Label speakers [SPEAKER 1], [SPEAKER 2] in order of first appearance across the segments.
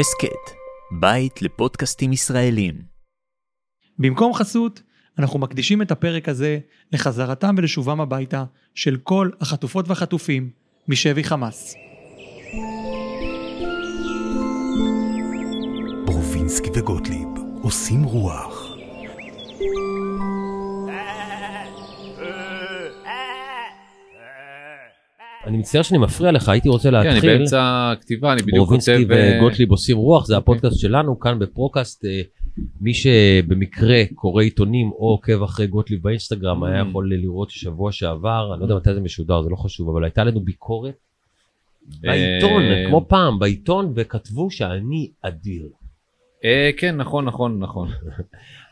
[SPEAKER 1] הסכת, בית לפודקאסטים ישראלים.
[SPEAKER 2] במקום חסות, אנחנו מקדישים את הפרק הזה לחזרתם ולשובם הביתה של כל החטופות והחטופים משבי חמאס.
[SPEAKER 3] ברובינסקי וגוטליב עושים רוח.
[SPEAKER 4] אני מצטער שאני מפריע לך, הייתי רוצה
[SPEAKER 5] כן, אני
[SPEAKER 4] להתחיל.
[SPEAKER 5] באמצע הכתיבה, אני בדיוק כותב...
[SPEAKER 4] רובינסקי
[SPEAKER 5] אה, אוקיי.
[SPEAKER 4] וגוטליב עושים רוח, זה הפודקאסט שלנו, כאן בפרוקאסט. אה, מי שבמקרה קורא עיתונים או עוקב אחרי גוטליב באינסטגרם
[SPEAKER 5] Mm.
[SPEAKER 4] היה יכול לראות שבוע שעבר, אני לא יודע מתי זה משודר, זה לא חשוב, אבל הייתה לנו ביקורת בעיתון,
[SPEAKER 5] אה,
[SPEAKER 4] כמו פעם, בעיתון, וכתבו שאני אדיר.
[SPEAKER 5] אה, כן, נכון, נכון, נכון.
[SPEAKER 4] Mm.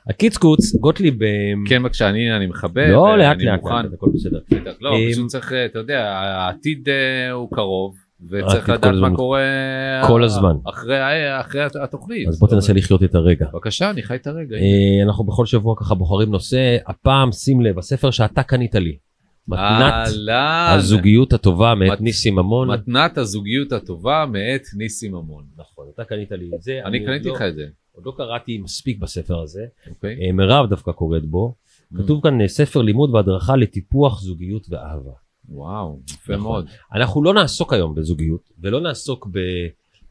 [SPEAKER 4] הקיצקוץ, גוטליב... אה,
[SPEAKER 5] כן, בבקשה, אני כן, אה, אני מכבד.
[SPEAKER 4] לא,
[SPEAKER 5] ואני
[SPEAKER 4] לאט לאט,
[SPEAKER 5] מוכן.
[SPEAKER 4] לאט, הכל בסדר.
[SPEAKER 5] בטח, לא,
[SPEAKER 4] אה,
[SPEAKER 5] פשוט צריך, אה, אתה יודע, העתיד אה, הוא קרוב, וצריך
[SPEAKER 4] העתיד כל
[SPEAKER 5] לדעת
[SPEAKER 4] הזמן.
[SPEAKER 5] מה קורה...
[SPEAKER 4] כל
[SPEAKER 5] אה,
[SPEAKER 4] הזמן.
[SPEAKER 5] אחרי ה- אחרי הת- התוכנית.
[SPEAKER 4] אז בוא תנסה לחיות את הרגע.
[SPEAKER 5] בבקשה, אני חי את הרגע.
[SPEAKER 4] אה, אנחנו בכל שבוע ככה בוחרים נושא, הפעם שים לב, הספר שאתה קנית לי, מתנת
[SPEAKER 5] אהלן.
[SPEAKER 4] הזוגיות הטובה מאת
[SPEAKER 5] מת-
[SPEAKER 4] ניסי ממון.
[SPEAKER 5] מתנת הזוגיות הטובה מאת ניסי ממון.
[SPEAKER 4] נכון, אתה קנית לי את זה.
[SPEAKER 5] אני קניתי
[SPEAKER 4] עוד
[SPEAKER 5] לך
[SPEAKER 4] לא-
[SPEAKER 5] את זה,
[SPEAKER 4] עוד לא קראתי מספיק בספר הזה.
[SPEAKER 5] אוקיי?
[SPEAKER 4] אה, מירב דווקא קוראת בו.
[SPEAKER 5] Mm.
[SPEAKER 4] כתוב כאן אה, ספר לימוד והדרכה לטיפוח זוגיות ואהבה.
[SPEAKER 5] וואו, יפה
[SPEAKER 4] נכון.
[SPEAKER 5] מאוד.
[SPEAKER 4] אנחנו לא נעסוק היום בזוגיות, ולא נעסוק ב-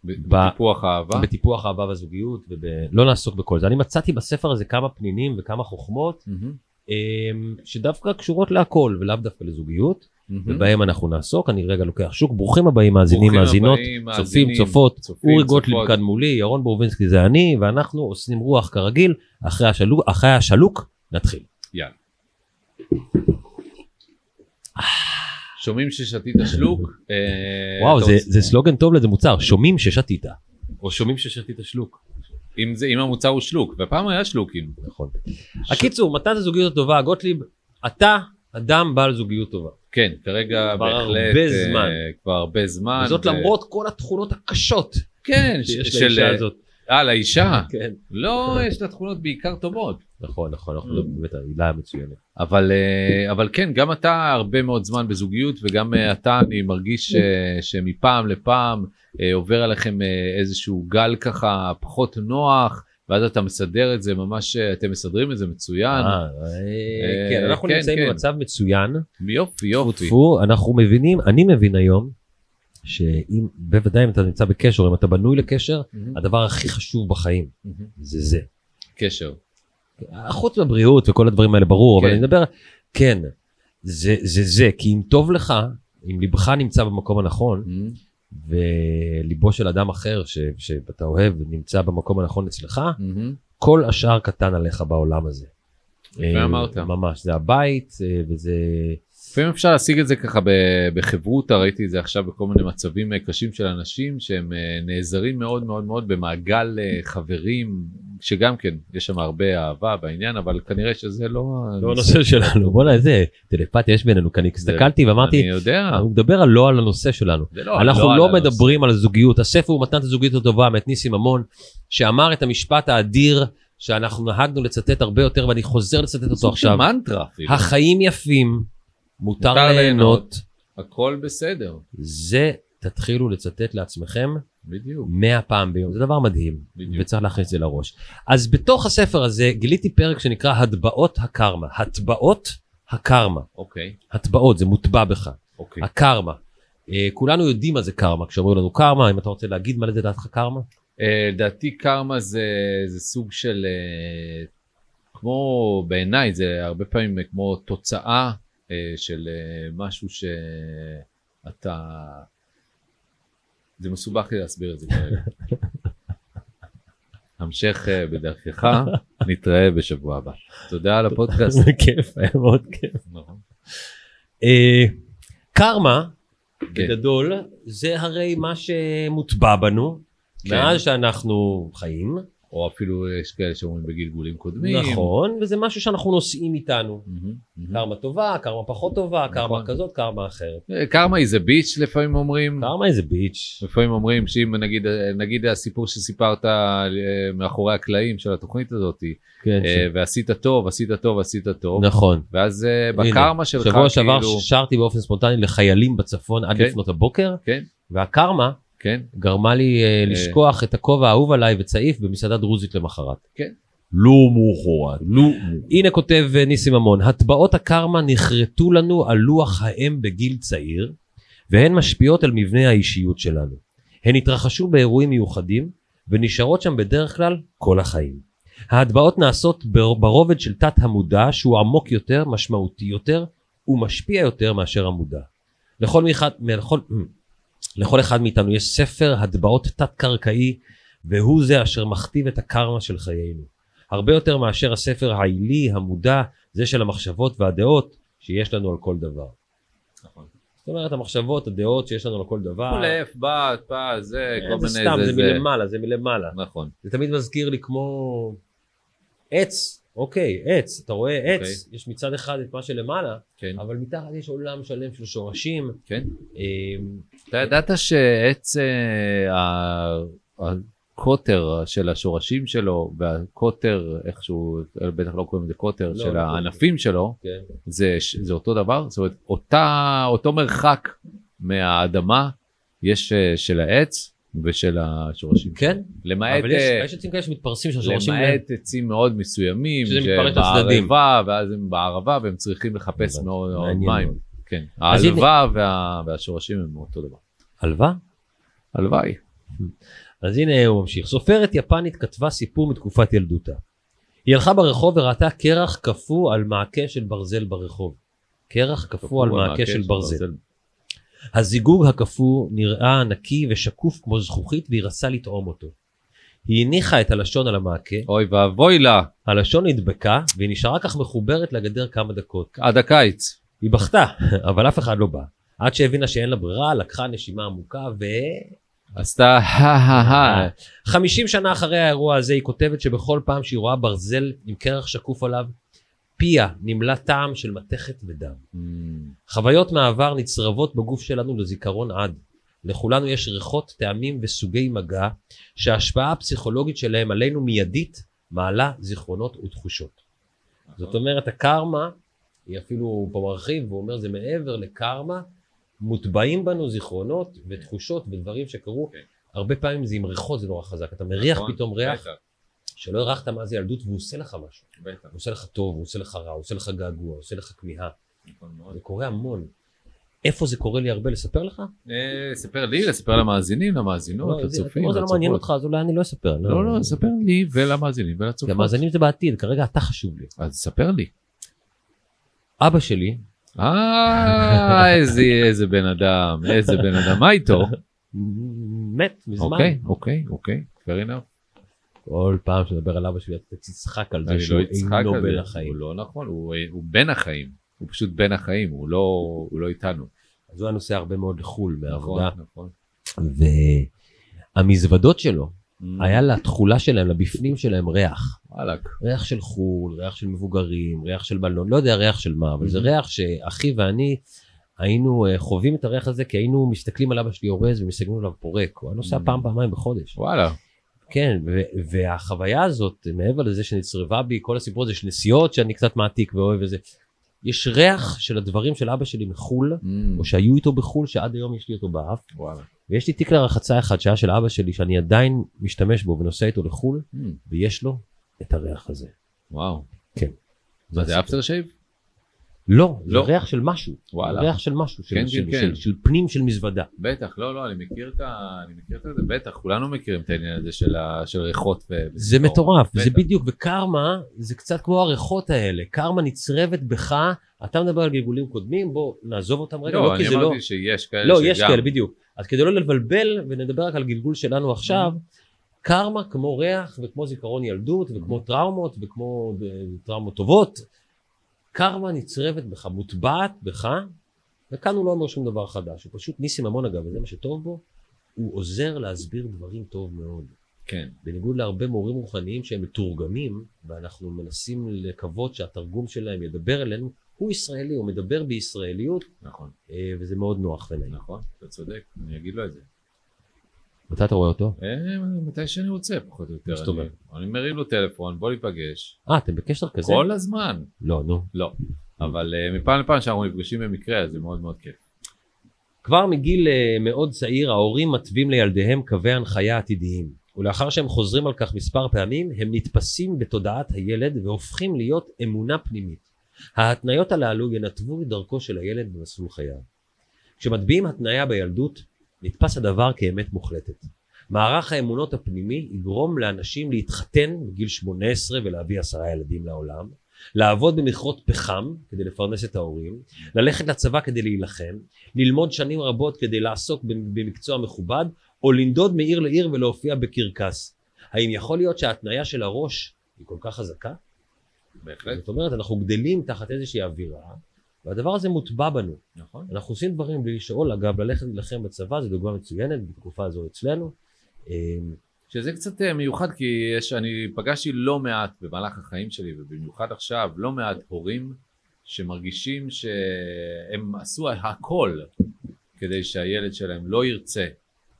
[SPEAKER 5] ב- בטיפוח אהבה.
[SPEAKER 4] בטיפוח אהבה והזוגיות, ולא נעסוק בכל זה. אני מצאתי בספר הזה כמה פנינים וכמה חוכמות
[SPEAKER 5] מהמם,
[SPEAKER 4] אמ, שדווקא קשורות להכל ולאו דווקא לזוגיות,
[SPEAKER 5] מהמם.
[SPEAKER 4] ובהם אנחנו נעסוק. אני רגע לוקח שוק. ברוכים הבאים מאזינים,
[SPEAKER 5] Mhm. ברוכים
[SPEAKER 4] מאזינות,
[SPEAKER 5] הבאים,
[SPEAKER 4] צופים,
[SPEAKER 5] מאזינים,
[SPEAKER 4] צופות.
[SPEAKER 5] צופים,
[SPEAKER 4] אורי גוטליב
[SPEAKER 5] צופות.
[SPEAKER 4] כאן מולי, ירון בורבינסקי זה אני, ואנחנו עושים רוח כרגיל. אחרי השלוק, אחרי השלוק נתחיל.
[SPEAKER 5] יאללה. שומעים ששתית שלוק? אה,
[SPEAKER 4] וואו,
[SPEAKER 5] אתה
[SPEAKER 4] זה-
[SPEAKER 5] רוצה-
[SPEAKER 4] זה סלוגן טוב לאיזה מוצר, שומעים ששתית. או שומעים ששתית שלוק.
[SPEAKER 5] אם זה- אם המוצר הוא שלוק, והפעם היה שלוקים.
[SPEAKER 4] נכון. הקיצור, מתי זה זוגיות טובה, גוטליב, אתה אדם בעל זוגיות טובה.
[SPEAKER 5] כן, כרגע
[SPEAKER 4] כבר הרבה
[SPEAKER 5] בהחלט... אה,
[SPEAKER 4] זמן.
[SPEAKER 5] כבר הרבה זמן.
[SPEAKER 4] וזאת
[SPEAKER 5] ו-
[SPEAKER 4] למרות כל התכונות הקשות
[SPEAKER 5] כן, ש-
[SPEAKER 4] שיש
[SPEAKER 5] אה, של...
[SPEAKER 4] לאישה הזאת.
[SPEAKER 5] אה, לאישה?
[SPEAKER 4] כן.
[SPEAKER 5] לא, יש לה תכונות בעיקר טובות.
[SPEAKER 4] נכון, נכון, אנחנו
[SPEAKER 5] אה.
[SPEAKER 4] באמת, העילה מצוינת.
[SPEAKER 5] אבל, אה, אבל כן, גם אתה הרבה מאוד זמן בזוגיות, וגם אה, אתה, אני מרגיש אה, שמפעם לפעם אה, עובר עליכם אה, איזשהו גל ככה פחות נוח, ואז אתה מסדר את זה ממש, אה, אתם מסדרים את זה מצוין.
[SPEAKER 4] אה, אה,
[SPEAKER 5] אה,
[SPEAKER 4] כן, אנחנו
[SPEAKER 5] כן,
[SPEAKER 4] נמצאים
[SPEAKER 5] כן.
[SPEAKER 4] במצב מצוין.
[SPEAKER 5] יופי, יופי.
[SPEAKER 4] טפו, אנחנו מבינים, אני מבין היום, שאם, בוודאי אם אתה נמצא בקשר, אם אתה בנוי לקשר,
[SPEAKER 5] מהמם,
[SPEAKER 4] הדבר הכי חשוב בחיים
[SPEAKER 5] מהמם.
[SPEAKER 4] זה זה.
[SPEAKER 5] קשר.
[SPEAKER 4] חוץ מבריאות וכל הדברים האלה ברור, אבל
[SPEAKER 5] כן.
[SPEAKER 4] אני מדבר, כן, זה זה זה, כי אם טוב לך, אם ליבך נמצא במקום הנכון,
[SPEAKER 5] מהמם,
[SPEAKER 4] וליבו של אדם אחר ש, שאתה אוהב נמצא במקום הנכון אצלך,
[SPEAKER 5] מהמם.
[SPEAKER 4] כל השאר קטן עליך בעולם הזה.
[SPEAKER 5] יפה
[SPEAKER 4] אה,
[SPEAKER 5] אמרת.
[SPEAKER 4] ממש, זה הבית אה, וזה...
[SPEAKER 5] לפעמים אפשר להשיג את זה ככה ב- בחברותא, ראיתי את זה עכשיו בכל מיני מצבים אה, קשים של אנשים שהם אה, נעזרים מאוד מאוד מאוד במעגל אה, חברים, שגם כן יש שם הרבה אהבה בעניין, אבל כנראה שזה לא...
[SPEAKER 4] לא הנושא שלנו, בואנה איזה טלפתיה יש בינינו כאן, הסתכלתי
[SPEAKER 5] אני
[SPEAKER 4] ואמרתי,
[SPEAKER 5] יודע,
[SPEAKER 4] הוא מדבר על לא על הנושא שלנו.
[SPEAKER 5] זה לא-
[SPEAKER 4] אנחנו לא
[SPEAKER 5] על הנושא.
[SPEAKER 4] מדברים על זוגיות, הספר הוא מתנת הזוגיות הטובה מאת ניסים ממון, שאמר את המשפט האדיר שאנחנו נהגנו לצטט הרבה יותר ואני חוזר לצטט אותו עכשיו.
[SPEAKER 5] זה מנטרה אפילו,
[SPEAKER 4] החיים יפים, מותר
[SPEAKER 5] מותר
[SPEAKER 4] ליהנות,
[SPEAKER 5] ליהנות. הכל בסדר,
[SPEAKER 4] זה תתחילו לצטט לעצמכם
[SPEAKER 5] בדיוק.
[SPEAKER 4] 100 פעם ביום, זה דבר מדהים,
[SPEAKER 5] בדיוק.
[SPEAKER 4] וצריך להכניס את זה לראש. אז בתוך הספר הזה גיליתי פרק שנקרא הטבעות הקרמה, הטבעות הקרמה,
[SPEAKER 5] אוקיי,
[SPEAKER 4] הטבעות זה מוטבע בך.
[SPEAKER 5] אוקיי.
[SPEAKER 4] הקרמה. אה, כולנו יודעים מה זה קרמה, כשאומרים לנו קרמה, אם אתה רוצה להגיד מה לדעתך קרמה?
[SPEAKER 5] אה, לדעתי קרמה זה, זה סוג של אה, כמו בעיניי זה הרבה פעמים כמו תוצאה אה, של אה, משהו שאתה זה מסובך לי להסביר את זה כרגע. המשך אה, בדרכך נתראה בשבוע הבא. תודה על הפודקאסט.
[SPEAKER 4] זה כיף, היה מאוד כיף.
[SPEAKER 5] נכון.
[SPEAKER 4] אה, קרמה,
[SPEAKER 5] כן.
[SPEAKER 4] בגדול, זה הרי מה שמוטבע בנו,
[SPEAKER 5] כן.
[SPEAKER 4] מאז שאנחנו חיים,
[SPEAKER 5] או אפילו אה, יש כאלה שאומרים בגלגולים קודמים.
[SPEAKER 4] נכון, וזה משהו שאנחנו נושאים איתנו.
[SPEAKER 5] מהמם, מהמם.
[SPEAKER 4] קרמה טובה, קרמה פחות טובה, קרמה
[SPEAKER 5] נכון.
[SPEAKER 4] כזאת, קרמה אחרת.
[SPEAKER 5] אה, קרמה היא זה ביץ' לפעמים אומרים.
[SPEAKER 4] קרמה איזה ביץ'.
[SPEAKER 5] לפעמים אומרים שאם נגיד, נגיד הסיפור שסיפרת אה, מאחורי הקלעים של התוכנית הזאת,
[SPEAKER 4] כן,
[SPEAKER 5] אה, ועשית טוב, עשית טוב, עשית טוב,
[SPEAKER 4] נכון.
[SPEAKER 5] ואז אה,
[SPEAKER 4] הנה,
[SPEAKER 5] בקרמה שלך,
[SPEAKER 4] שבוע שעבר
[SPEAKER 5] כאילו,
[SPEAKER 4] שרתי באופן ספונטני לחיילים בצפון עד
[SPEAKER 5] כן.
[SPEAKER 4] לפנות הבוקר,
[SPEAKER 5] כן.
[SPEAKER 4] והקרמה
[SPEAKER 5] כן?
[SPEAKER 4] גרמה לי אה,
[SPEAKER 5] אה.
[SPEAKER 4] לשכוח את הכובע האהוב עליי וצעיף במסעדה דרוזית למחרת.
[SPEAKER 5] כן.
[SPEAKER 4] לא מוחרת. לא מוחרת. הנה כותב אה, ניסים ממון, הטבעות הקרמה נחרטו לנו על לוח האם בגיל צעיר, והן משפיעות על מבנה האישיות שלנו. הן התרחשו באירועים מיוחדים, ונשארות שם בדרך כלל כל החיים. ההטבעות נעשות בר- ברובד של תת המודע שהוא עמוק יותר, משמעותי יותר ומשפיע יותר מאשר המודע. לכל, מאחד, לכל, לכל אחד מאיתנו יש ספר הטבעות תת-קרקעי, והוא זה אשר מכתיב את הקרמה של חיינו. הרבה יותר מאשר הספר העילי, המודע, זה של המחשבות והדעות שיש לנו על כל דבר.
[SPEAKER 5] נכון.
[SPEAKER 4] זאת אומרת, המחשבות, הדעות שיש לנו על כל דבר,
[SPEAKER 5] חולף, בת, פע, זה, כל
[SPEAKER 4] אה,
[SPEAKER 5] מיני
[SPEAKER 4] זה סתם, זה
[SPEAKER 5] זה.
[SPEAKER 4] מלמעלה, זה מלמעלה.
[SPEAKER 5] נכון.
[SPEAKER 4] זה תמיד מזכיר לי כמו עץ, אוקיי, עץ, אתה רואה עץ,
[SPEAKER 5] אוקיי.
[SPEAKER 4] יש מצד אחד את מה שלמעלה,
[SPEAKER 5] כן.
[SPEAKER 4] אבל מתחת יש עולם שלם של שורשים.
[SPEAKER 5] כן.
[SPEAKER 4] אמ,
[SPEAKER 5] אתה ידעת שעץ אה, ה- הקוטר של השורשים שלו והקוטר איכשהו, בטח לא קוראים לזה קוטר,
[SPEAKER 4] לא,
[SPEAKER 5] של
[SPEAKER 4] לא.
[SPEAKER 5] הענפים שלו,
[SPEAKER 4] כן.
[SPEAKER 5] זה, זה אותו דבר? זאת אומרת, אותה, אותו מרחק מהאדמה יש אה, של העץ ושל השורשים.
[SPEAKER 4] כן,
[SPEAKER 5] למעט,
[SPEAKER 4] אבל יש-
[SPEAKER 5] אה,
[SPEAKER 4] יש עצים כאלה שמתפרסים של שורשים.
[SPEAKER 5] למעט עצים מאוד מסוימים,
[SPEAKER 4] שזה מתפרק
[SPEAKER 5] שהם
[SPEAKER 4] לצדדים.
[SPEAKER 5] בערבה, ואז הם בערבה והם צריכים לחפש
[SPEAKER 4] הבנתי,
[SPEAKER 5] מאוד מאוד
[SPEAKER 4] מעניין
[SPEAKER 5] מים.
[SPEAKER 4] מאוד.
[SPEAKER 5] כן,
[SPEAKER 4] אז הנה-
[SPEAKER 5] העלווה וה- והשורשים הם אותו דבר.
[SPEAKER 4] עלווה?
[SPEAKER 5] הלוואי.
[SPEAKER 4] אז הנה הוא ממשיך. סופרת יפנית כתבה סיפור מתקופת ילדותה. היא הלכה ברחוב וראתה קרח קפוא על מעקה של ברזל ברחוב. קרח קפוא על מעקה של ברזל. הזיגוג הקפוא נראה נקי ושקוף כמו זכוכית והיא רצה לטעום אותו. היא הניחה את הלשון על המעקה,
[SPEAKER 5] אוי ואבוי לה,
[SPEAKER 4] הלשון נדבקה והיא נשארה כך מחוברת לגדר כמה דקות.
[SPEAKER 5] עד הקיץ.
[SPEAKER 4] היא בכתה, אבל אף אחד לא בא. עד שהבינה שאין לה ברירה, לקחה נשימה עמוקה ו...
[SPEAKER 5] עשתה
[SPEAKER 4] אה.
[SPEAKER 5] הא-הא-הא.
[SPEAKER 4] 50 שנה אחרי האירוע הזה היא כותבת שבכל פעם שהיא רואה ברזל עם קרח שקוף עליו, פיה נמלא טעם של מתכת ודם.
[SPEAKER 5] Mm,
[SPEAKER 4] חוויות מהעבר נצרבות בגוף שלנו לזיכרון עד. לכולנו יש ריחות, טעמים וסוגי מגע שההשפעה הפסיכולוגית שלהם עלינו מיידית מעלה זיכרונות ותחושות. זאת אומרת הקרמה, היא אפילו הוא פה מרחיב ואומר זה מעבר לקרמה, מוטבעים בנו זיכרונות ותחושות ודברים שקרו,
[SPEAKER 5] כן.
[SPEAKER 4] הרבה פעמים זה עם ריחות זה נורא חזק, אתה מריח
[SPEAKER 5] נכון,
[SPEAKER 4] פתאום ריח שלא הרחת מאז ילדות והוא עושה לך משהו,
[SPEAKER 5] בטח,
[SPEAKER 4] הוא עושה לך טוב, הוא עושה לך רע, הוא עושה לך געגוע, הוא עושה לך כמיהה.
[SPEAKER 5] נכון מאוד.
[SPEAKER 4] זה קורה המון. איפה זה קורה לי הרבה? לספר לך?
[SPEAKER 5] אה, ספר לי, לספר למאזינים, למאזינות,
[SPEAKER 4] לא, זה-
[SPEAKER 5] לצופים,
[SPEAKER 4] כמו זה לא
[SPEAKER 5] לצופות.
[SPEAKER 4] מעניין אותך, אז אולי אני לא אספר.
[SPEAKER 5] לא, לא, ספר לי ולמאזינים ולצופות.
[SPEAKER 4] גם מאזינים זה בעתיד, כרגע אתה חשוב לי.
[SPEAKER 5] אז ספר לי.
[SPEAKER 4] אבא שלי,
[SPEAKER 5] אה, איזה איזה בן אדם, איזה בן אדם, מה איתו?
[SPEAKER 4] מת מזמן.
[SPEAKER 5] אוקיי, אוקיי, אוקיי, fair enough.
[SPEAKER 4] כל פעם שנדבר על אבא שלי, אתה תצחק על זה
[SPEAKER 5] אני
[SPEAKER 4] שהוא
[SPEAKER 5] לא אצחק
[SPEAKER 4] אינו
[SPEAKER 5] על
[SPEAKER 4] בין
[SPEAKER 5] זה, הוא
[SPEAKER 4] החיים.
[SPEAKER 5] לא נכון, הוא הוא בין החיים, הוא פשוט בין החיים, הוא לא הוא לא איתנו.
[SPEAKER 4] אז הוא היה נוסע הרבה מאוד לחו"ל
[SPEAKER 5] נכון,
[SPEAKER 4] מהעבודה.
[SPEAKER 5] נכון.
[SPEAKER 4] והמזוודות שלו,
[SPEAKER 5] Mm.
[SPEAKER 4] היה לתכולה שלהם, לבפנים שלהם ריח.
[SPEAKER 5] וואלכ.
[SPEAKER 4] ריח של חו"ל, ריח של מבוגרים, ריח של מלון, לא יודע ריח של מה, אבל
[SPEAKER 5] Mm-hmm.
[SPEAKER 4] זה ריח שאחי ואני היינו אה, חווים את הריח הזה כי היינו מסתכלים על אבא שלי אורז ומסתכלים עליו פורק, הוא היה נוסע
[SPEAKER 5] Mm-hmm.
[SPEAKER 4] פעם פעמיים בחודש.
[SPEAKER 5] וואלה,
[SPEAKER 4] כן, ו- והחוויה הזאת, מעבר לזה שנצרבה בי, כל הסיפור הזה של נסיעות שאני קצת מעתיק ואוהב וזה, יש ריח של הדברים של אבא שלי מחו"ל,
[SPEAKER 5] Mm,
[SPEAKER 4] או שהיו איתו בחו"ל, שעד היום יש לי אותו באף.
[SPEAKER 5] וואלה.
[SPEAKER 4] ויש לי תיק לרחצה אחד שהיה של אבא שלי, שאני עדיין משתמש בו ונוסע איתו לחו"ל,
[SPEAKER 5] Mm,
[SPEAKER 4] ויש לו את הריח הזה.
[SPEAKER 5] וואו.
[SPEAKER 4] כן.
[SPEAKER 5] מה זה אפטר שייב?
[SPEAKER 4] לא, זה
[SPEAKER 5] לא.
[SPEAKER 4] ריח של משהו.
[SPEAKER 5] וואלה.
[SPEAKER 4] ריח של משהו, של,
[SPEAKER 5] כן,
[SPEAKER 4] של,
[SPEAKER 5] כן,
[SPEAKER 4] של,
[SPEAKER 5] כן.
[SPEAKER 4] של פנים של מזוודה.
[SPEAKER 5] בטח, לא, לא, אני מכיר את ה... אני מכיר את זה, בטח, כולנו מכירים את העניין הזה של ה- של ריחות. ו-
[SPEAKER 4] זה
[SPEAKER 5] וסגור.
[SPEAKER 4] מטורף, זה
[SPEAKER 5] בטח.
[SPEAKER 4] בדיוק, וקרמה זה קצת כמו הריחות האלה, קרמה נצרבת בך, אתה מדבר על גלגולים קודמים, בוא נעזוב אותם רגע, לא,
[SPEAKER 5] לא,
[SPEAKER 4] כי
[SPEAKER 5] אני
[SPEAKER 4] זה לא,
[SPEAKER 5] אמרתי שיש כאלה
[SPEAKER 4] לא,
[SPEAKER 5] שגם...
[SPEAKER 4] יש כאלה, בדיוק. אז כדי לא לבלבל ונדבר רק על גלגול שלנו עכשיו, קרמה כמו ריח וכמו זיכרון ילדות וכמו טראומות וכמו אה, טראומות טובות, קרמה נצרבת בך, מוטבעת בך, וכאן הוא לא אומר שום דבר חדש, הוא פשוט ניסים ממון אגב, וזה מה שטוב בו, הוא עוזר להסביר דברים טוב מאוד.
[SPEAKER 5] כן.
[SPEAKER 4] בניגוד להרבה מורים רוחניים שהם מתורגמים, ואנחנו מנסים לקוות שהתרגום שלהם ידבר אלינו, הוא ישראלי, הוא מדבר בישראליות,
[SPEAKER 5] נכון,
[SPEAKER 4] אה, וזה מאוד נוח ונעים.
[SPEAKER 5] נכון, אתה צודק, אני אגיד לו את זה.
[SPEAKER 4] מתי אתה רואה אותו?
[SPEAKER 5] אה, מתי שאני רוצה, פחות או יותר.
[SPEAKER 4] זאת אומרת?
[SPEAKER 5] אני- אני מרים לו טלפון, בוא ניפגש.
[SPEAKER 4] אה, אתם בקשר כזה?
[SPEAKER 5] כל הזמן.
[SPEAKER 4] לא, נו.
[SPEAKER 5] לא. אבל אה, מפעם לפעם שאנחנו נפגשים במקרה, אז זה מאוד מאוד כיף.
[SPEAKER 4] כבר מגיל אה, מאוד צעיר ההורים מתווים לילדיהם קווי הנחיה עתידיים, ולאחר שהם חוזרים על כך מספר פעמים, הם נתפסים בתודעת הילד והופכים להיות אמונה פנימית. ההתניות הללו ינתבו את דרכו של הילד במסלול חייו. כשמטביעים התניה בילדות, נתפס הדבר כאמת מוחלטת. מערך האמונות הפנימי יגרום לאנשים להתחתן בגיל 18 ולהביא עשרה ילדים לעולם, לעבוד במכרות פחם כדי לפרנס את ההורים, ללכת לצבא כדי להילחם, ללמוד שנים רבות כדי לעסוק במקצוע מכובד, או לנדוד מעיר לעיר ולהופיע בקרקס. האם יכול להיות שההתניה של הראש היא כל כך חזקה?
[SPEAKER 5] בהחלט.
[SPEAKER 4] זאת אומרת, אנחנו גדלים תחת איזושהי אווירה, והדבר הזה מוטבע בנו.
[SPEAKER 5] נכון.
[SPEAKER 4] אנחנו עושים דברים בלי לשאול, אגב, ללכת להילחם בצבא זו דוגמה מצוינת בתקופה הזו אצלנו. אה,
[SPEAKER 5] שזה קצת אה, מיוחד כי יש, אני פגשתי לא מעט במהלך החיים שלי ובמיוחד עכשיו לא מעט הורים שמרגישים שהם עשו הכל כדי שהילד שלהם לא ירצה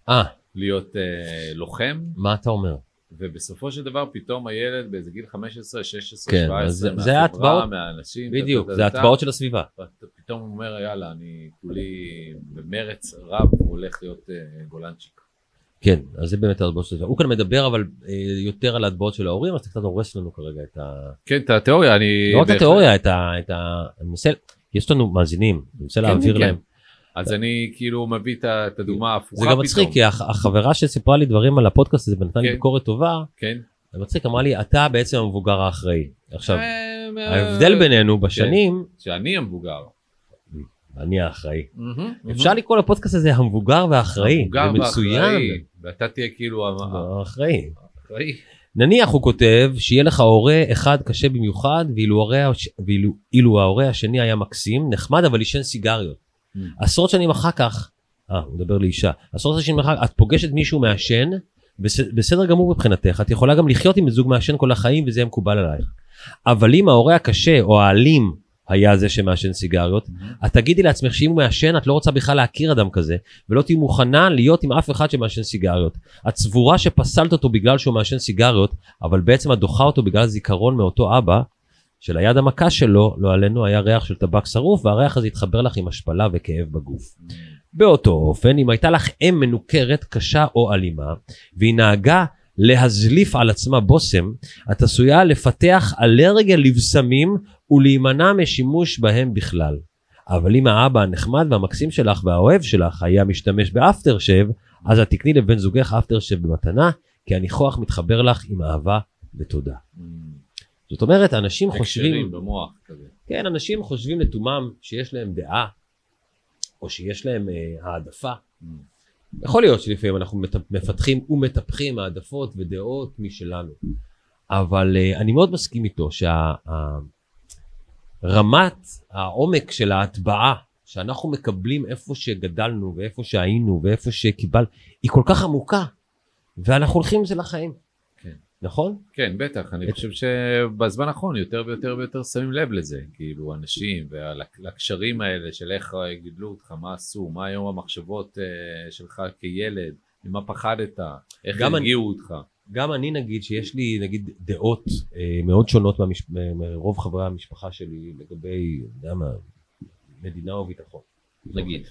[SPEAKER 4] אה,
[SPEAKER 5] להיות אה, לוחם
[SPEAKER 4] מה אתה אומר?
[SPEAKER 5] ובסופו של דבר פתאום הילד באיזה גיל 15, 16,
[SPEAKER 4] כן,
[SPEAKER 5] 17,
[SPEAKER 4] אז זה- זה
[SPEAKER 5] מהחברה,
[SPEAKER 4] ההטבעות.
[SPEAKER 5] מהאנשים,
[SPEAKER 4] בדיוק,
[SPEAKER 5] טה,
[SPEAKER 4] זה
[SPEAKER 5] טה, טה,
[SPEAKER 4] הטבעות של הסביבה.
[SPEAKER 5] ואתה פתאום אומר יאללה אני כולי במרץ רב הולך להיות אה, גולנצ'יק.
[SPEAKER 4] כן, אז זה באמת ההטבעות של הסביבה. הוא כאן מדבר אבל אה, יותר על ההטבעות של ההורים, אז אתה קצת הורס לנו כרגע את ה...
[SPEAKER 5] כן, את התיאוריה, אני...
[SPEAKER 4] לא רק את
[SPEAKER 5] בהחלט-
[SPEAKER 4] התיאוריה, את ה... את ה- אני מנסה... יש לנו מאזינים, אני מנסה
[SPEAKER 5] כן,
[SPEAKER 4] להעביר
[SPEAKER 5] כן.
[SPEAKER 4] להם.
[SPEAKER 5] אז אני כאילו מביא את ה- את הדוגמה ההפוכה
[SPEAKER 4] זה
[SPEAKER 5] פתאום.
[SPEAKER 4] גם מצחיק, כי הח- החברה שסיפרה לי דברים על הפודקאסט הזה ונתנה לי
[SPEAKER 5] כן.
[SPEAKER 4] ביקורת טובה,
[SPEAKER 5] כן.
[SPEAKER 4] זה מצחיק, אמרה לי, אתה בעצם המבוגר האחראי. עכשיו,
[SPEAKER 5] אה, כן.
[SPEAKER 4] ההבדל בינינו בשנים,
[SPEAKER 5] שאני המבוגר.
[SPEAKER 4] אני האחראי. אפשר לקרוא לפודקאסט הזה המבוגר והאחראי,
[SPEAKER 5] המבוגר
[SPEAKER 4] זה
[SPEAKER 5] והאחראי,
[SPEAKER 4] מצוין. לא-
[SPEAKER 5] ואתה תהיה כאילו ה-
[SPEAKER 4] האחראי.
[SPEAKER 5] האחראי.
[SPEAKER 4] נניח הוא כותב שיהיה לך הורה אחד קשה במיוחד ואילו, הורה, הש- ואילו אילו ההורה השני היה מקסים נחמד אבל עישן סיגריות.
[SPEAKER 5] Mm.
[SPEAKER 4] עשרות שנים אחר כך, אה הוא מדבר לאישה, עשרות שנים אחר כך את פוגשת מישהו מעשן בס- בסדר גמור מבחינתך את יכולה גם לחיות עם זוג מעשן כל החיים וזה יהיה מקובל עלייך. אבל אם ההורה הקשה או האלים היה זה שמעשן סיגריות את תגידי לעצמך שאם הוא מעשן את לא רוצה בכלל להכיר אדם כזה ולא תהיי מוכנה להיות עם אף אחד שמעשן סיגריות. את סבורה שפסלת אותו בגלל שהוא מעשן סיגריות, אבל בעצם את דוחה אותו בגלל זיכרון מאותו אבא, שליד המכה שלו, לא עלינו, היה ריח של טבק שרוף, והריח הזה התחבר לך עם השפלה וכאב בגוף. באותו אופן, אם הייתה לך אם מנוכרת, קשה או אלימה, והיא נהגה להזליף על עצמה בושם, את עשויה לפתח אלרגיה לבשמים ולהימנע משימוש בהם בכלל. אבל אם האבא הנחמד והמקסים שלך והאוהב שלך היה משתמש באפטר שב, אז את תקני לבן זוגך אפטר שב במתנה, כי הניחוח מתחבר לך עם אהבה ותודה. זאת אומרת, אנשים חושבים,
[SPEAKER 5] הקשרים במוח כזה.
[SPEAKER 4] כן, אנשים חושבים לתומם שיש להם דעה, או שיש להם אה, העדפה.
[SPEAKER 5] Mm.
[SPEAKER 4] יכול להיות שלפעמים אנחנו מת- מפתחים ומטפחים העדפות ודעות משלנו. אבל אה, אני מאוד מסכים איתו שהרמת, העומק של ההטבעה שאנחנו מקבלים איפה שגדלנו ואיפה שהיינו ואיפה שקיבלנו, היא כל כך עמוקה, ואנחנו הולכים עם זה לחיים.
[SPEAKER 5] כן.
[SPEAKER 4] נכון?
[SPEAKER 5] כן, בטח, אני
[SPEAKER 4] את-
[SPEAKER 5] חושב שבזמן האחרון יותר ויותר ויותר שמים לב לזה, כאילו אנשים ולקשרים האלה של איך גידלו אותך, מה עשו, מה היום המחשבות אה, שלך כילד, ממה פחדת, איך
[SPEAKER 4] גם אני-
[SPEAKER 5] הרגיעו אותך.
[SPEAKER 4] גם אני נגיד שיש לי נגיד דעות אה, מאוד שונות מהמש... מ- מרוב חברי המשפחה שלי לגבי, אתה יודע מה, מדינה או ביטחון.
[SPEAKER 5] נגיד.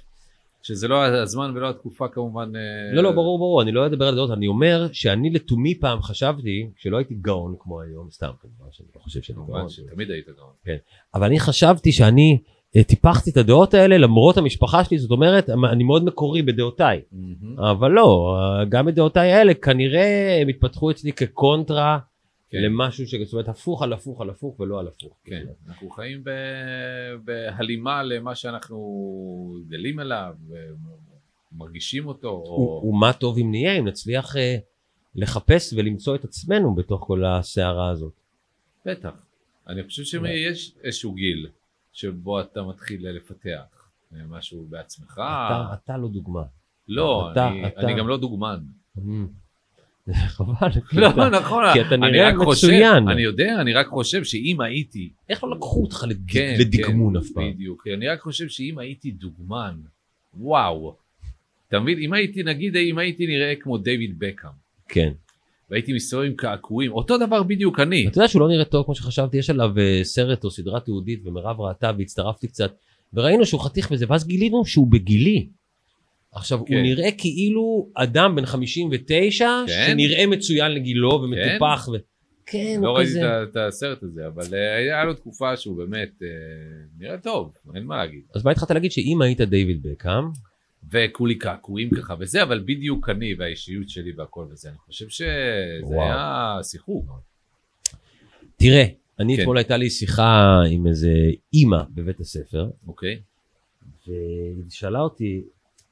[SPEAKER 5] שזה לא הזמן ולא התקופה כמובן. אה,
[SPEAKER 4] לא לא ברור ברור אני לא אדבר על דעות אני אומר שאני לתומי פעם חשבתי כשלא הייתי גאון כמו היום סתם כמובן שאני לא חושב שאני גאון
[SPEAKER 5] כמובן שתמיד היית גאון.
[SPEAKER 4] אבל אני חשבתי שאני אה, טיפחתי את הדעות האלה למרות המשפחה שלי זאת אומרת אני מאוד מקורי בדעותיי אבל לא אה, גם בדעותיי האלה כנראה הם התפתחו אצלי כקונטרה
[SPEAKER 5] כן.
[SPEAKER 4] למשהו ש... זאת אומרת הפוך על הפוך על הפוך ולא על הפוך.
[SPEAKER 5] כן, אנחנו חיים ב... בהלימה למה שאנחנו גדלים אליו, מרגישים אותו, או...
[SPEAKER 4] ו- ומה טוב אם נהיה, אם נצליח אה, לחפש ולמצוא את עצמנו בתוך כל הסערה הזאת.
[SPEAKER 5] בטח. אני חושב שיש איזשהו גיל שבו אתה מתחיל לפתח אה, משהו בעצמך.
[SPEAKER 4] אתה, אתה לא דוגמה.
[SPEAKER 5] לא,
[SPEAKER 4] אתה-
[SPEAKER 5] אני-
[SPEAKER 4] אתה-
[SPEAKER 5] אני גם לא דוגמן.
[SPEAKER 4] חבל. כאילו. כי
[SPEAKER 5] לא,
[SPEAKER 4] אתה-
[SPEAKER 5] נכון.
[SPEAKER 4] כי אתה
[SPEAKER 5] אני
[SPEAKER 4] נראה
[SPEAKER 5] רק חושב-
[SPEAKER 4] מצוין.
[SPEAKER 5] אני יודע, אני רק חושב שאם הייתי...
[SPEAKER 4] איך לא לקחו אותך לד-
[SPEAKER 5] כן,
[SPEAKER 4] לדגמון
[SPEAKER 5] כן,
[SPEAKER 4] אף פעם?
[SPEAKER 5] בדיוק. אני רק חושב שאם הייתי דוגמן, וואו. אתה מבין? אם הייתי, נגיד, אם הייתי נראה כמו דיוויד בקאם,
[SPEAKER 4] כן.
[SPEAKER 5] והייתי מסתובב עם קעקועים, אותו דבר בדיוק אני.
[SPEAKER 4] אתה יודע שהוא לא נראה טוב כמו שחשבתי, יש עליו אה, סרט או סדרה תיעודית ומירב ראתה והצטרפתי קצת, וראינו שהוא חתיך בזה, ואז גילינו שהוא בגילי. עכשיו, הוא
[SPEAKER 5] כן.
[SPEAKER 4] נראה כאילו אדם בן 59,
[SPEAKER 5] כן.
[SPEAKER 4] שנראה מצוין לגילו ומטופח. ו... כן,
[SPEAKER 5] לא
[SPEAKER 4] הוא
[SPEAKER 5] ראיתי
[SPEAKER 4] כזה.
[SPEAKER 5] את ה- את הסרט הזה, אבל אה, היה לו תקופה שהוא באמת אה, נראה טוב, אין מה להגיד.
[SPEAKER 4] אז מה התחלת להגיד שאם היית דיוויד בקאם,
[SPEAKER 5] וכולי קעקועים ככה וזה, אבל בדיוק אני והאישיות שלי והכל וזה, אני חושב שזה
[SPEAKER 4] וואו.
[SPEAKER 5] היה שיחוק.
[SPEAKER 4] תראה, אני
[SPEAKER 5] כן.
[SPEAKER 4] אתמול הייתה לי שיחה עם איזה אימא בבית הספר,
[SPEAKER 5] אוקיי?
[SPEAKER 4] והיא שאלה אותי,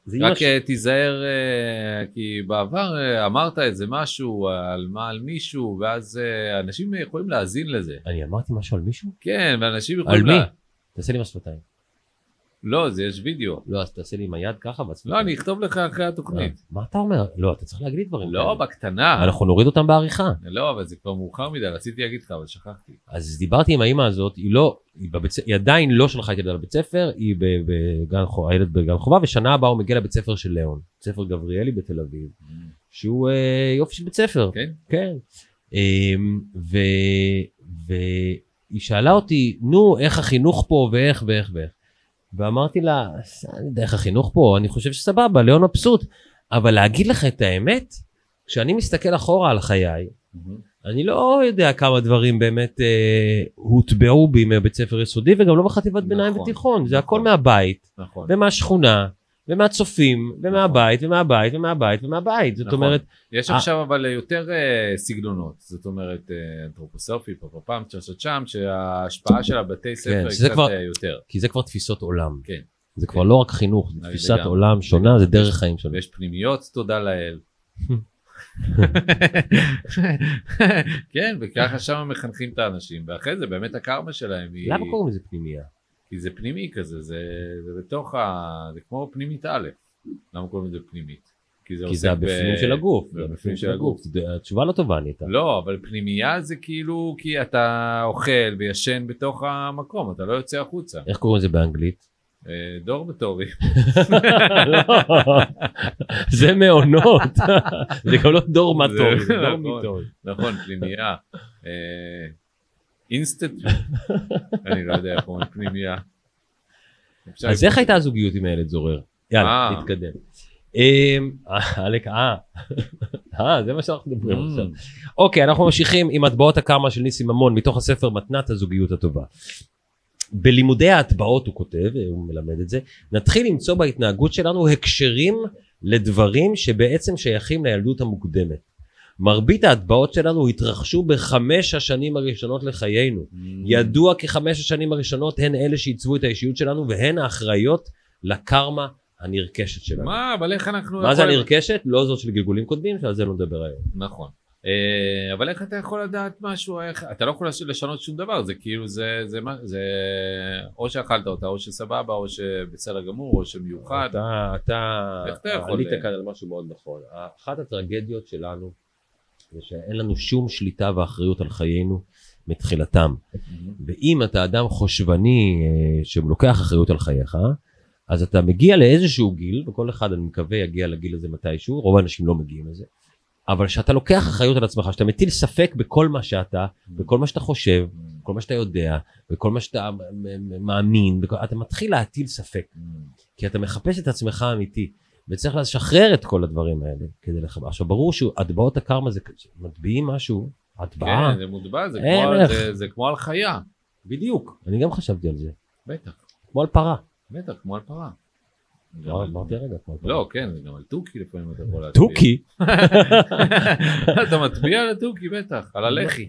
[SPEAKER 4] זה אימא
[SPEAKER 5] רק
[SPEAKER 4] ש...
[SPEAKER 5] אה, תיזהר, אה, כי בעבר אה, אמרת איזה משהו על מה על מישהו, ואז אה, אנשים יכולים להאזין לזה.
[SPEAKER 4] אני אמרתי משהו על מישהו?
[SPEAKER 5] כן, ואנשים
[SPEAKER 4] על
[SPEAKER 5] יכולים...
[SPEAKER 4] מי?
[SPEAKER 5] לה-
[SPEAKER 4] תעשה לי עם השפתיים.
[SPEAKER 5] לא, זה יש וידאו.
[SPEAKER 4] לא, אז תעשה לי עם היד ככה והשפתיים.
[SPEAKER 5] לא, אני אכתוב לך אחרי התוכנית.
[SPEAKER 4] אה, מה אתה אומר? לא, אתה צריך להגיד לי דברים.
[SPEAKER 5] לא,
[SPEAKER 4] כאלה.
[SPEAKER 5] בקטנה.
[SPEAKER 4] אוקיי. אנחנו נוריד אותם בעריכה.
[SPEAKER 5] לא, אבל זה כבר מאוחר מדי, רציתי להגיד לך, אבל שכחתי.
[SPEAKER 4] אז דיברתי עם האימא הזאת, היא לא, היא, בבית, היא עדיין לא שלחה את ילדה לבית ספר, היא ב- בגן, חו- הילד בגן חובה, ושנה הבאה הוא מגיע לבית ספר של ליאון, בית ספר גבריאלי בתל אביב, שהוא אה, יופי של בית ספר.
[SPEAKER 5] כן?
[SPEAKER 4] כן. אמ, ו... והיא שאלה אותי, נו, איך החינוך פה ואיך ואיך ואיך. ואמרתי לה, "אה, אני יודע איך החינוך פה, אני חושב שסבבה, ליאון מבסוט. אבל להגיד לך את האמת, כשאני מסתכל אחורה על חיי, אני לא יודע כמה דברים באמת אה, הוטבעו בי מבית ספר יסודי וגם לא בחטיבת ביניים
[SPEAKER 5] נכון,
[SPEAKER 4] ותיכון, זה הכל
[SPEAKER 5] נכון.
[SPEAKER 4] מהבית
[SPEAKER 5] נכון.
[SPEAKER 4] ומהשכונה ומהצופים ומהבית ומהבית ומהבית ומהבית, זאת
[SPEAKER 5] נכון.
[SPEAKER 4] אומרת,
[SPEAKER 5] יש
[SPEAKER 4] אה.
[SPEAKER 5] עכשיו אבל יותר אה, סגנונות, זאת אומרת אה, אנתרופוסופי, פרפפם, צ'רצ'ט שם, שההשפעה של הבתי ספר היא
[SPEAKER 4] כן, שזה
[SPEAKER 5] קצת
[SPEAKER 4] כבר-
[SPEAKER 5] אה, יותר.
[SPEAKER 4] כי זה כבר תפיסות עולם.
[SPEAKER 5] כן.
[SPEAKER 4] זה כבר לא רק חינוך, זה
[SPEAKER 5] זה
[SPEAKER 4] תפיסת
[SPEAKER 5] גם-
[SPEAKER 4] עולם שונה, זה דרך חיים שונה.
[SPEAKER 5] ויש פנימיות, תודה לאל. כן, וככה שם מחנכים את האנשים, ואחרי זה באמת הקרמה שלהם היא...
[SPEAKER 4] למה קוראים לזה פנימייה?
[SPEAKER 5] כי זה פנימי כזה, זה, זה בתוך ה... זה כמו פנימית א', למה קוראים לזה פנימית? זה
[SPEAKER 4] כי זה
[SPEAKER 5] עוסק ב-
[SPEAKER 4] הבפנים של הגוף.
[SPEAKER 5] זה הבפנים של הגוף.
[SPEAKER 4] התשובה לא טובה נהייתה.
[SPEAKER 5] לא, אבל פנימייה זה כאילו כי אתה אוכל וישן בתוך המקום, אתה לא יוצא החוצה.
[SPEAKER 4] איך קוראים לזה באנגלית?
[SPEAKER 5] אה, דורמטורי.
[SPEAKER 4] לא. זה מעונות. זה גם לא דורמטורי,
[SPEAKER 5] זה-
[SPEAKER 4] זה דורמיטורי.
[SPEAKER 5] נכון, פנימייה. אה, אינסטנט, אני לא יודע איך אומרים פנימייה. אפשר
[SPEAKER 4] אז
[SPEAKER 5] לבדוק.
[SPEAKER 4] איך הייתה הזוגיות עם הילד זורר? יאללה,
[SPEAKER 5] כן. אה.
[SPEAKER 4] נתקדם. אמ, אה, אלק, אה. אה, זה מה שאנחנו מדברים
[SPEAKER 5] Mm.
[SPEAKER 4] עכשיו. אוקיי, אנחנו ממשיכים עם הטבעות הקרמה של ניסים ממון מתוך הספר מתנת הזוגיות הטובה. בלימודי ההטבעות הוא כותב, הוא מלמד את זה, נתחיל למצוא בהתנהגות שלנו הקשרים לדברים שבעצם שייכים לילדות המוקדמת. מרבית ההטבעות שלנו התרחשו בחמש השנים הראשונות לחיינו.
[SPEAKER 5] Mm.
[SPEAKER 4] ידוע כי חמש השנים הראשונות הן אלה שעיצבו את האישיות שלנו והן האחראיות לקרמה הנרכשת שלנו.
[SPEAKER 5] מה, אבל איך אנחנו...
[SPEAKER 4] מה זה
[SPEAKER 5] יכולים-
[SPEAKER 4] הנרכשת? לא זאת של גלגולים קודמים, שעל זה לא נדבר היום.
[SPEAKER 5] נכון. אה, אבל איך אתה יכול לדעת משהו, איך, אתה לא יכול לש- לשנות שום דבר, זה כאילו זה, זה, מה- זה או שאכלת אותה, או שסבבה, או שבסדר גמור, או שמיוחד.
[SPEAKER 4] אתה, אתה,
[SPEAKER 5] איך אתה יכול אה,
[SPEAKER 4] עלית
[SPEAKER 5] ל-
[SPEAKER 4] כאן על משהו מאוד נכון. אחת הטרגדיות שלנו זה שאין לנו שום שליטה ואחריות על חיינו מתחילתם. ואם אתה אדם חושבני אה, שלוקח אחריות על חייך, אז אתה מגיע לאיזשהו גיל, וכל אחד אני מקווה יגיע לגיל הזה מתישהו, רוב האנשים לא מגיעים לזה, אבל שאתה לוקח אחריות על עצמך, שאתה מטיל ספק בכל מה שאתה, בכל מה שאתה חושב, בכל מה שאתה יודע, בכל מה שאתה מ- מ- מאמין, בכל- אתה מתחיל להטיל ספק. כי אתה מחפש את עצמך האמיתי, וצריך לשחרר את כל הדברים האלה כדי לחבר. עכשיו, ברור שהטבעות הקרמה זה כ- מטביעים משהו, הטבעה,
[SPEAKER 5] כן, זה מוטבע, זה,
[SPEAKER 4] אין
[SPEAKER 5] כמו-
[SPEAKER 4] איך.
[SPEAKER 5] זה, זה כמו על חיה,
[SPEAKER 4] בדיוק, אני גם חשבתי על זה,
[SPEAKER 5] בטח,
[SPEAKER 4] כמו על פרה.
[SPEAKER 5] בטח, כמו על פרה. גם
[SPEAKER 4] לא,
[SPEAKER 5] על-
[SPEAKER 4] אמרתי רגע, כמו על פרה.
[SPEAKER 5] לא, כן, גם על תוכי לפעמים אתה יכול להטביע.
[SPEAKER 4] תוכי?
[SPEAKER 5] אתה מטביע על התוכי, בטח, על הלחי.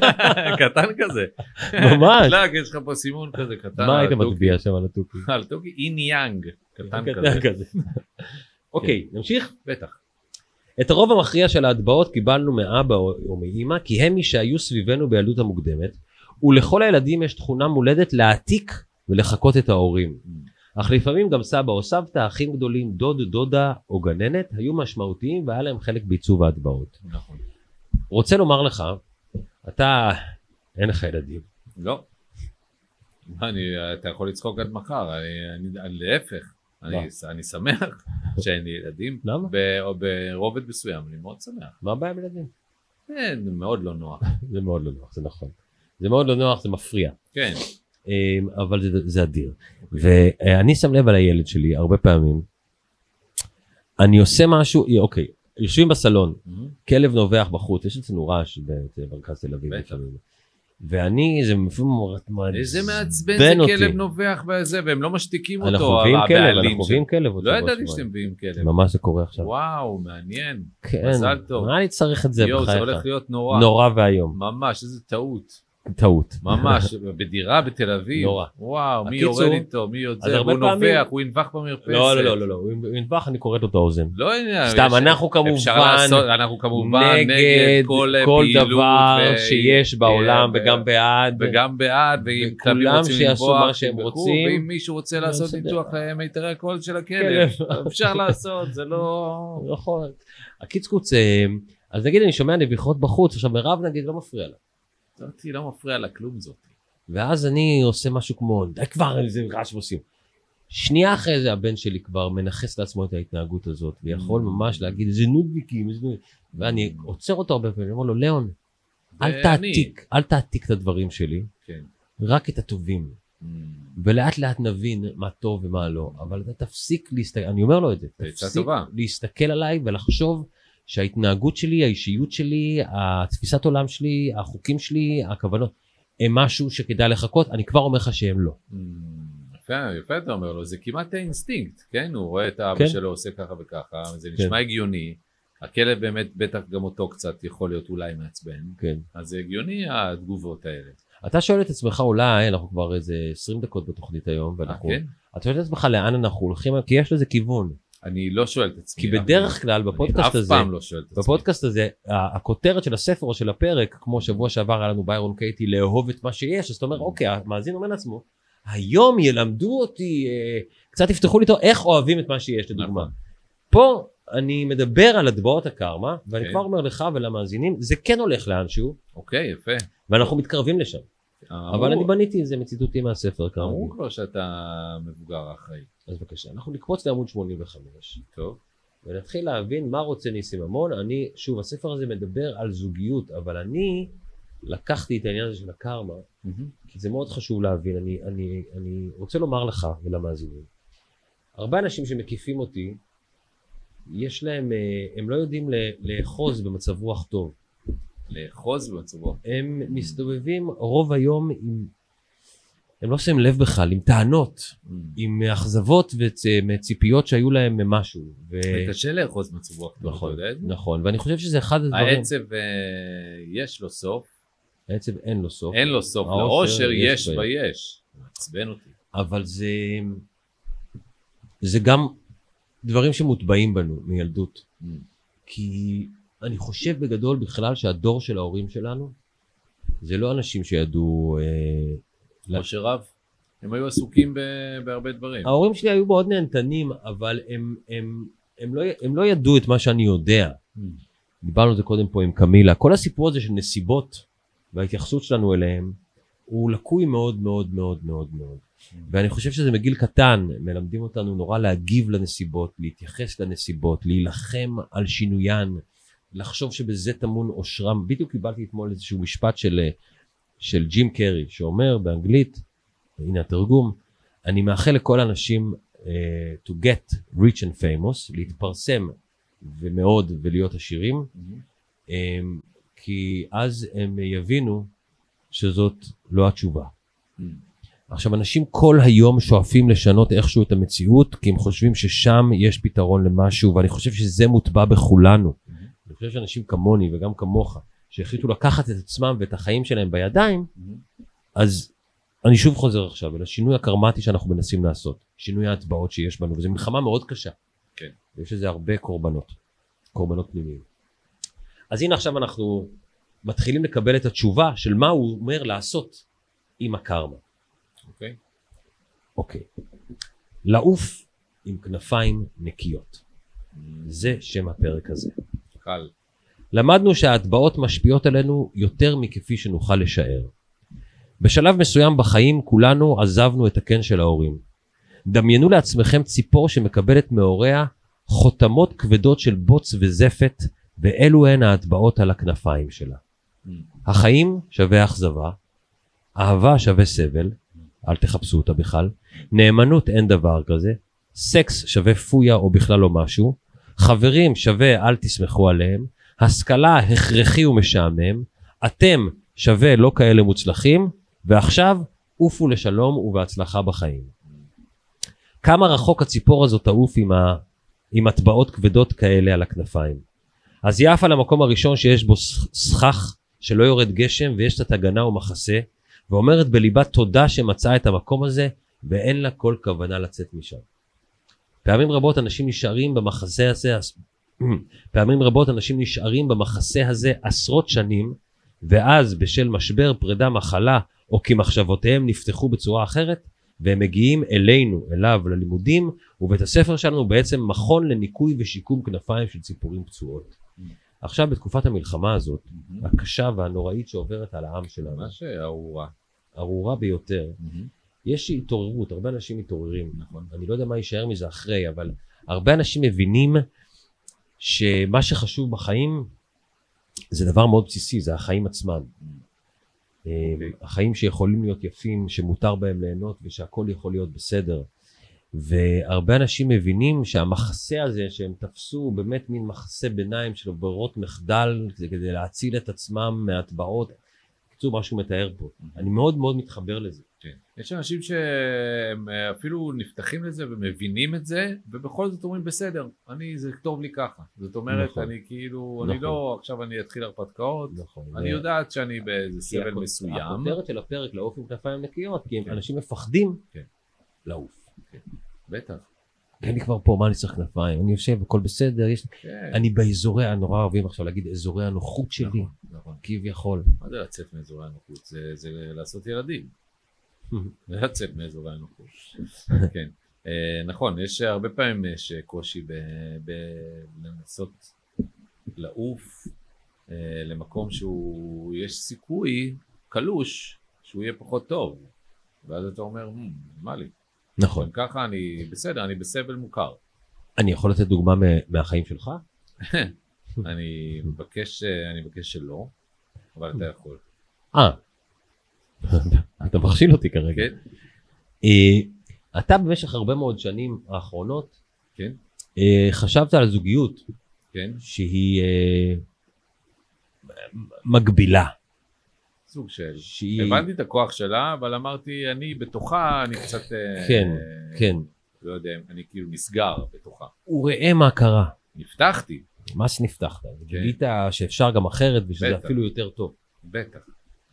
[SPEAKER 5] קטן כזה.
[SPEAKER 4] ממש.
[SPEAKER 5] לא, כי יש לך פה סימון כזה קטן
[SPEAKER 4] אה, מה
[SPEAKER 5] על
[SPEAKER 4] היית
[SPEAKER 5] התוכי.
[SPEAKER 4] מטביע שם על התוכי?
[SPEAKER 5] על תוכי אין יאנג, קטן כזה. כן.
[SPEAKER 4] קטן כזה. אוקיי, נמשיך?
[SPEAKER 5] בטח.
[SPEAKER 4] את הרוב המכריע של ההטבעות קיבלנו מאבא או או מאימא כי הם מי שהיו סביבנו בילדות המוקדמת ולכל הילדים יש תכונה מולדת להעתיק ולחקות את ההורים. אך לפעמים גם סבא או סבתא, אחים גדולים, דוד, דודה או גננת היו משמעותיים והיה להם חלק בעיצוב ההטבעות.
[SPEAKER 5] נכון.
[SPEAKER 4] רוצה לומר לך, אתה, אין לך ילדים.
[SPEAKER 5] לא. מה, אני- אתה יכול לצחוק עד מחר, אני- אני- אני- להפך. אני- אני שמח שאין לי ילדים.
[SPEAKER 4] למה?
[SPEAKER 5] ב- או ברובד מסוים, אני מאוד שמח.
[SPEAKER 4] מה הבעיה עם ילדים?
[SPEAKER 5] כן, מאוד לא נוח.
[SPEAKER 4] זה מאוד לא נוח, זה נכון. זה מאוד לא נוח, זה מפריע.
[SPEAKER 5] כן.
[SPEAKER 4] אמ, אבל זה, זה אדיר. ואני שם לב על הילד שלי הרבה פעמים, אני עושה משהו, אוקיי, יושבים בסלון, כלב נובח בחוץ, יש אצלנו רעש במרכז תל אביב.
[SPEAKER 5] בטח.
[SPEAKER 4] לפעמים. ואני, זה לפעמים מעצבן
[SPEAKER 5] איזה מעצבן זה
[SPEAKER 4] אותי.
[SPEAKER 5] כלב נובח בזה, והם לא משתיקים אותו,
[SPEAKER 4] אנחנו מביאים כלב,
[SPEAKER 5] הבעלים
[SPEAKER 4] אנחנו מביאים
[SPEAKER 5] של-
[SPEAKER 4] כלב. עוד
[SPEAKER 5] לא
[SPEAKER 4] שבוע,
[SPEAKER 5] ידעתי שאתם
[SPEAKER 4] שבועיים.
[SPEAKER 5] מביאים כלב.
[SPEAKER 4] ממש זה קורה עכשיו.
[SPEAKER 5] וואו, מעניין.
[SPEAKER 4] כן,
[SPEAKER 5] מזל טוב.
[SPEAKER 4] נראה לי צריך את זה
[SPEAKER 5] יואו, זה
[SPEAKER 4] בחייך.
[SPEAKER 5] הולך להיות נורא.
[SPEAKER 4] נורא ואיום.
[SPEAKER 5] ממש, איזה טעות.
[SPEAKER 4] טעות.
[SPEAKER 5] ממש, בדירה בתל אביב.
[SPEAKER 4] נורא.
[SPEAKER 5] וואו, מי
[SPEAKER 4] הקיצור,
[SPEAKER 5] יורד איתו, מי
[SPEAKER 4] אז
[SPEAKER 5] יוצא,
[SPEAKER 4] הרבה
[SPEAKER 5] הוא
[SPEAKER 4] פעמים-
[SPEAKER 5] נובח, הוא ינבח במרפסת.
[SPEAKER 4] לא, לא, לא, לא, לא, הוא נדבך, אני כורת לו את האוזן.
[SPEAKER 5] לא עניין.
[SPEAKER 4] סתם,
[SPEAKER 5] יש-
[SPEAKER 4] אנחנו כמובן
[SPEAKER 5] אפשר לעשות, אנחנו כמובן
[SPEAKER 4] נגד כל
[SPEAKER 5] פעילות
[SPEAKER 4] דבר
[SPEAKER 5] ו- כן, אה,
[SPEAKER 4] שיש בעולם
[SPEAKER 5] ו-
[SPEAKER 4] וגם בעד.
[SPEAKER 5] וגם בעד, ואם
[SPEAKER 4] וכולם
[SPEAKER 5] כלבים רוצים
[SPEAKER 4] שיעשו
[SPEAKER 5] לנבוח,
[SPEAKER 4] מה שהם
[SPEAKER 5] ינבחו,
[SPEAKER 4] רוצים. לא
[SPEAKER 5] ואם מישהו רוצה לעשות
[SPEAKER 4] בסדר.
[SPEAKER 5] ניתוח אה, מיתרי הקול של הכלב,
[SPEAKER 4] כן,
[SPEAKER 5] אפשר לעשות, זה לא...
[SPEAKER 4] נכון. הקיצקוץ, אה, אז נגיד אני שומע נביחות בחוץ, עכשיו מירב נגיד לא מפריע לה.
[SPEAKER 5] זאתי לא מפריע לה כלום זאת.
[SPEAKER 4] ואז אני עושה משהו כמו, די כבר, איזה רעש עושים. שנייה אחרי זה הבן שלי כבר מנכס לעצמו את ההתנהגות הזאת, ויכול
[SPEAKER 5] Mm.
[SPEAKER 4] ממש להגיד איזה נודניקים, איזה נודניקים. ואני עוצר אותו הרבה פעמים, אני אומר לו, ליאון, אל
[SPEAKER 5] ואני-
[SPEAKER 4] תעתיק, אל תעתיק את הדברים שלי,
[SPEAKER 5] אה, כן.
[SPEAKER 4] רק את הטובים.
[SPEAKER 5] Mm,
[SPEAKER 4] ולאט לאט נבין מה טוב ומה לא, אבל אתה תפסיק להסתכל, אני אומר לו את זה,
[SPEAKER 5] עצה
[SPEAKER 4] תפסיק
[SPEAKER 5] טובה.
[SPEAKER 4] להסתכל עליי ולחשוב שההתנהגות שלי, האישיות שלי, התפיסת עולם שלי, החוקים שלי, הכוונות, הם משהו שכדאי לחכות, אני כבר אומר לך שהם לא.
[SPEAKER 5] mm, יפה, יפה אתה אומר לו, זה כמעט האינסטינקט, כן? הוא רואה את האבא
[SPEAKER 4] כן.
[SPEAKER 5] שלו עושה ככה וככה, זה נשמע הגיוני. הכלב באמת, בטח גם אותו קצת יכול להיות אולי מעצבן,
[SPEAKER 4] כן.
[SPEAKER 5] אז זה הגיוני התגובות האלה.
[SPEAKER 4] אתה שואל את עצמך אולי, אנחנו כבר איזה 20 דקות בתוכנית היום,
[SPEAKER 5] אה,
[SPEAKER 4] ואנחנו,
[SPEAKER 5] כן?
[SPEAKER 4] אתה שואל את עצמך לאן אנחנו הולכים, כי יש לזה כיוון.
[SPEAKER 5] אני לא שואל את עצמי.
[SPEAKER 4] כי
[SPEAKER 5] אף פעם.
[SPEAKER 4] בדרך כלל
[SPEAKER 5] אני
[SPEAKER 4] בפודקאסט
[SPEAKER 5] אף
[SPEAKER 4] הזה,
[SPEAKER 5] פעם לא שואל את עצמי.
[SPEAKER 4] בפודקאסט הזה, ה- הכותרת של הספר או של הפרק, כמו שבוע שעבר היה לנו ביירון קייטי, לאהוב את מה שיש, אז אתה אומר, אוקיי, המאזין אומר לעצמו, היום ילמדו אותי, אה, קצת יפתחו לי אותו, איך אוהבים את מה שיש, לדוגמה.
[SPEAKER 5] נכון.
[SPEAKER 4] פה אני מדבר על הטבעות הקרמה, ואני
[SPEAKER 5] כן.
[SPEAKER 4] כבר אומר לך ולמאזינים, זה כן הולך לאנשהו,
[SPEAKER 5] אוקיי, יפה.
[SPEAKER 4] ואנחנו מתקרבים לשם.
[SPEAKER 5] אמרו-
[SPEAKER 4] אבל אני בניתי את זה מציטוטים מהספר, כאמור.
[SPEAKER 5] אמרו כבר שאתה מבוגר אחראי.
[SPEAKER 4] אז בבקשה, אנחנו נקפוץ לעמוד 85.
[SPEAKER 5] טוב.
[SPEAKER 4] ונתחיל להבין מה רוצה ניסים ממון. אני, שוב, הספר הזה מדבר על זוגיות, אבל אני לקחתי את העניין הזה של הקרמה, כי זה מאוד חשוב להבין. אני, אני, אני רוצה לומר לך ולמאזינים, הרבה אנשים שמקיפים אותי, יש להם, אה, הם לא יודעים ל- לאחוז במצב רוח טוב.
[SPEAKER 5] לאחוז במצבו.
[SPEAKER 4] הם מסתובבים רוב היום עם, הם לא שמים לב בכלל, עם טענות, עם אכזבות וציפיות שהיו להם ממשהו. ו...
[SPEAKER 5] קשה לאחוז במצבו הכתוב, אתה לא
[SPEAKER 4] נכון,
[SPEAKER 5] יודע את זה?
[SPEAKER 4] נכון, ואני חושב שזה אחד הדברים,
[SPEAKER 5] העצב אה, יש לו סוף,
[SPEAKER 4] העצב אין לו סוף,
[SPEAKER 5] אין לו סוף,
[SPEAKER 4] האושר
[SPEAKER 5] לאושר
[SPEAKER 4] יש
[SPEAKER 5] יש
[SPEAKER 4] בי.
[SPEAKER 5] ויש. מעצבן אותי.
[SPEAKER 4] אבל זה, זה גם דברים שמוטבעים בנו מילדות,
[SPEAKER 5] Mm.
[SPEAKER 4] כי אני חושב בגדול בכלל שהדור של ההורים שלנו, זה לא אנשים שידעו, אה, לא. אה.
[SPEAKER 5] אושר רב. הם היו עסוקים ב- בהרבה דברים.
[SPEAKER 4] ההורים שלי היו מאוד נהנתנים, אבל הם, הם, הם, לא, הם לא ידעו את מה שאני יודע.
[SPEAKER 5] Mm.
[SPEAKER 4] דיברנו על זה קודם פה עם קמילה, כל הסיפור הזה של נסיבות וההתייחסות שלנו אליהם הוא לקוי מאוד מאוד מאוד מאוד מאוד.
[SPEAKER 5] Mm.
[SPEAKER 4] ואני חושב שזה מגיל קטן, מלמדים אותנו נורא להגיב לנסיבות, להתייחס לנסיבות, להילחם על שינוין, לחשוב שבזה טמון עושרם. בדיוק קיבלתי אתמול איזשהו משפט של, אה, של ג'ים קרי, שאומר באנגלית, הנה התרגום, אני מאחל לכל האנשים uh, to get rich and famous, להתפרסם ומאוד ולהיות עשירים, um, כי אז הם יבינו שזאת לא התשובה.
[SPEAKER 5] Mm.
[SPEAKER 4] עכשיו אנשים כל היום שואפים לשנות איכשהו את המציאות כי הם חושבים ששם יש פתרון למשהו ואני חושב שזה מוטבע בכולנו. אני חושב שאנשים כמוני וגם כמוך שהחליטו לקחת את עצמם ואת החיים שלהם בידיים אז אני שוב חוזר עכשיו אל השינוי הקרמטי שאנחנו מנסים לעשות, שינוי ההטבעות שיש בנו, וזו מלחמה מאוד קשה.
[SPEAKER 5] כן.
[SPEAKER 4] יש לזה הרבה קורבנות, קורבנות פנימיים. אז הנה עכשיו אנחנו מתחילים לקבל את התשובה של מה הוא אומר לעשות עם הקרמה.
[SPEAKER 5] אוקיי.
[SPEAKER 4] אוקיי. לעוף עם כנפיים נקיות. זה שם הפרק הזה.
[SPEAKER 5] קל.
[SPEAKER 4] למדנו שההטבעות משפיעות עלינו יותר מכפי שנוכל לשער. בשלב מסוים בחיים כולנו עזבנו את הקן של ההורים. דמיינו לעצמכם ציפור שמקבלת מהוריה חותמות כבדות של בוץ וזפת, ואלו הן ההטבעות על הכנפיים שלה. החיים שווה אכזבה, אהבה שווה סבל, אל תחפשו אותה בכלל, נאמנות אין דבר כזה, סקס שווה פויה או בכלל לא משהו, חברים, שווה, אל תסמכו עליהם. השכלה, הכרחי ומשעמם. אתם, שווה, לא כאלה מוצלחים. ועכשיו, עופו לשלום ובהצלחה בחיים. כמה רחוק הציפור הזאת תעוף עם, ה... עם הטבעות כבדות כאלה על הכנפיים. אז היא עפה למקום הראשון שיש בו ס- סכך, שלא יורד גשם ויש לה תגנה ומחסה, ואומרת בליבה תודה שמצאה את המקום הזה, ואין לה כל כוונה לצאת משם. פעמים רבות אנשים נשארים במחסה הזה, עש- פעמים רבות אנשים נשארים במחסה הזה עשרות שנים, ואז בשל משבר, פרידה, מחלה, או כי מחשבותיהם נפתחו בצורה אחרת, והם מגיעים אלינו, אליו, ללימודים, ובית הספר שלנו הוא בעצם מכון לניקוי ושיקום כנפיים של ציפורים פצועות. עכשיו בתקופת המלחמה הזאת, הקשה והנוראית שעוברת על העם שלנו,
[SPEAKER 5] ממש ארורה.
[SPEAKER 4] ארורה ביותר, יש התעוררות, הרבה אנשים מתעוררים. נכון. אני לא יודע מה יישאר מזה אחרי, אבל הרבה אנשים מבינים שמה שחשוב בחיים זה דבר מאוד בסיסי, זה החיים עצמם. אה, החיים שיכולים להיות יפים, שמותר בהם ליהנות ושהכול יכול להיות בסדר. והרבה אנשים מבינים שהמחסה הזה שהם תפסו הוא באמת מין מחסה ביניים של ברירות מחדל כדי- כדי להציל את עצמם מהטבעות. בקיצור, מה שהוא מתאר פה. אני מאוד מאוד מתחבר לזה.
[SPEAKER 5] כן. יש אנשים שהם אה, אפילו נפתחים לזה ומבינים את זה, ובכל זאת אומרים בסדר, אני, זה טוב לי ככה. זאת אומרת,
[SPEAKER 4] נכון.
[SPEAKER 5] אני כאילו, אני
[SPEAKER 4] נכון.
[SPEAKER 5] לא, עכשיו אני אתחיל הרפתקאות,
[SPEAKER 4] נכון.
[SPEAKER 5] אני יודעת שאני באיזה סבל מסוים.
[SPEAKER 4] הכותרת של הפרק לעוף עם כנפיים נקיות, כי אנשים מפחדים
[SPEAKER 5] כן.
[SPEAKER 4] לעוף.
[SPEAKER 5] בטח.
[SPEAKER 4] אין לי כבר פה, מה אני צריך כנפיים? אני יושב, הכל בסדר, יש...
[SPEAKER 5] כן.
[SPEAKER 4] אני באזורי, הנורא אוהבים עכשיו להגיד, אזורי הנוחות שלי,
[SPEAKER 5] נכון, נכון.
[SPEAKER 4] כביכול.
[SPEAKER 5] מה זה לצאת מאזורי הנוחות? זה, זה לעשות ילדים. זה לצאת מאזורי הנוחות. כן. אה, נכון, יש הרבה פעמים יש קושי ב, ב, לנסות לעוף אה, למקום שהוא, יש סיכוי קלוש שהוא יהיה פחות טוב. ואז אתה אומר, "מ, מה לי?
[SPEAKER 4] נכון.
[SPEAKER 5] גם ככה אני בסדר, אני בסבל מוכר.
[SPEAKER 4] אני יכול לתת דוגמה מ- מהחיים שלך?
[SPEAKER 5] אני מבקש, אה, אני מבקש שלא, אבל אתה יכול.
[SPEAKER 4] אה. אתה מכשיל אותי כרגע.
[SPEAKER 5] כן?
[SPEAKER 4] אה, אתה במשך הרבה מאוד שנים האחרונות,
[SPEAKER 5] כן?
[SPEAKER 4] אה, חשבת על זוגיות
[SPEAKER 5] כן?
[SPEAKER 4] שהיא אה, מגבילה.
[SPEAKER 5] סוג של...
[SPEAKER 4] שהיא...
[SPEAKER 5] הבנתי את הכוח שלה, אבל אמרתי, אני בתוכה, אני קצת... אה,
[SPEAKER 4] כן, כן.
[SPEAKER 5] לא יודע, אני כאילו נסגר בתוכה.
[SPEAKER 4] וראה מה קרה.
[SPEAKER 5] נפתחתי,
[SPEAKER 4] ממש נפתחת. גילית שאפשר גם אחרת ושזה
[SPEAKER 5] בטח.
[SPEAKER 4] אפילו יותר טוב.
[SPEAKER 5] בטח,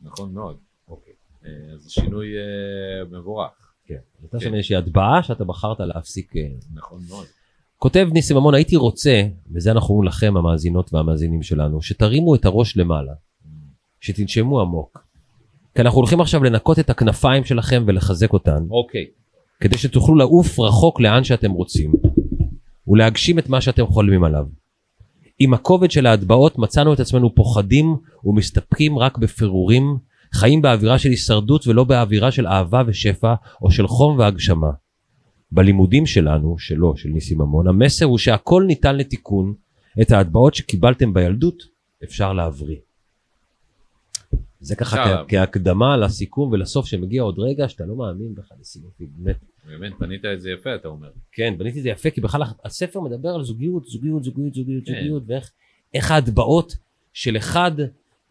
[SPEAKER 5] נכון מאוד. אוקיי. אה, אז שינוי אה, מבורך,
[SPEAKER 4] כן. הייתה שם
[SPEAKER 5] כן.
[SPEAKER 4] איזושהי הטבעה שאתה בחרת להפסיק. אה.
[SPEAKER 5] נכון מאוד.
[SPEAKER 4] כותב ניסים ממון, הייתי רוצה, וזה אנחנו אומרים לכם המאזינות והמאזינים שלנו, שתרימו את הראש למעלה, שתנשמו עמוק. כי אנחנו הולכים עכשיו לנקות את הכנפיים שלכם ולחזק אותן,
[SPEAKER 5] אוקיי,
[SPEAKER 4] כדי שתוכלו לעוף רחוק לאן שאתם רוצים, ולהגשים את מה שאתם חולמים עליו. עם הכובד של ההטבעות מצאנו את עצמנו פוחדים ומסתפקים רק בפירורים, חיים באווירה של הישרדות ולא באווירה של אהבה ושפע או של חום והגשמה. בלימודים שלנו, שלו, של ניסים ממון, המסר הוא שהכל ניתן לתיקון, את ההטבעות שקיבלתם בילדות אפשר להבריא. זה
[SPEAKER 5] אפשר
[SPEAKER 4] ככה
[SPEAKER 5] להבריא.
[SPEAKER 4] כ- כהקדמה לסיכום ולסוף שמגיע עוד רגע שאתה לא מאמין בך, ניסים, באמת.
[SPEAKER 5] באמת, פנית את זה יפה, אתה אומר.
[SPEAKER 4] כן, בניתי את זה יפה, כי בכלל הספר מדבר על זוגיות, זוגיות, זוגיות, זוגיות,
[SPEAKER 5] כן.
[SPEAKER 4] זוגיות, ואיך איך ההטבעות של אחד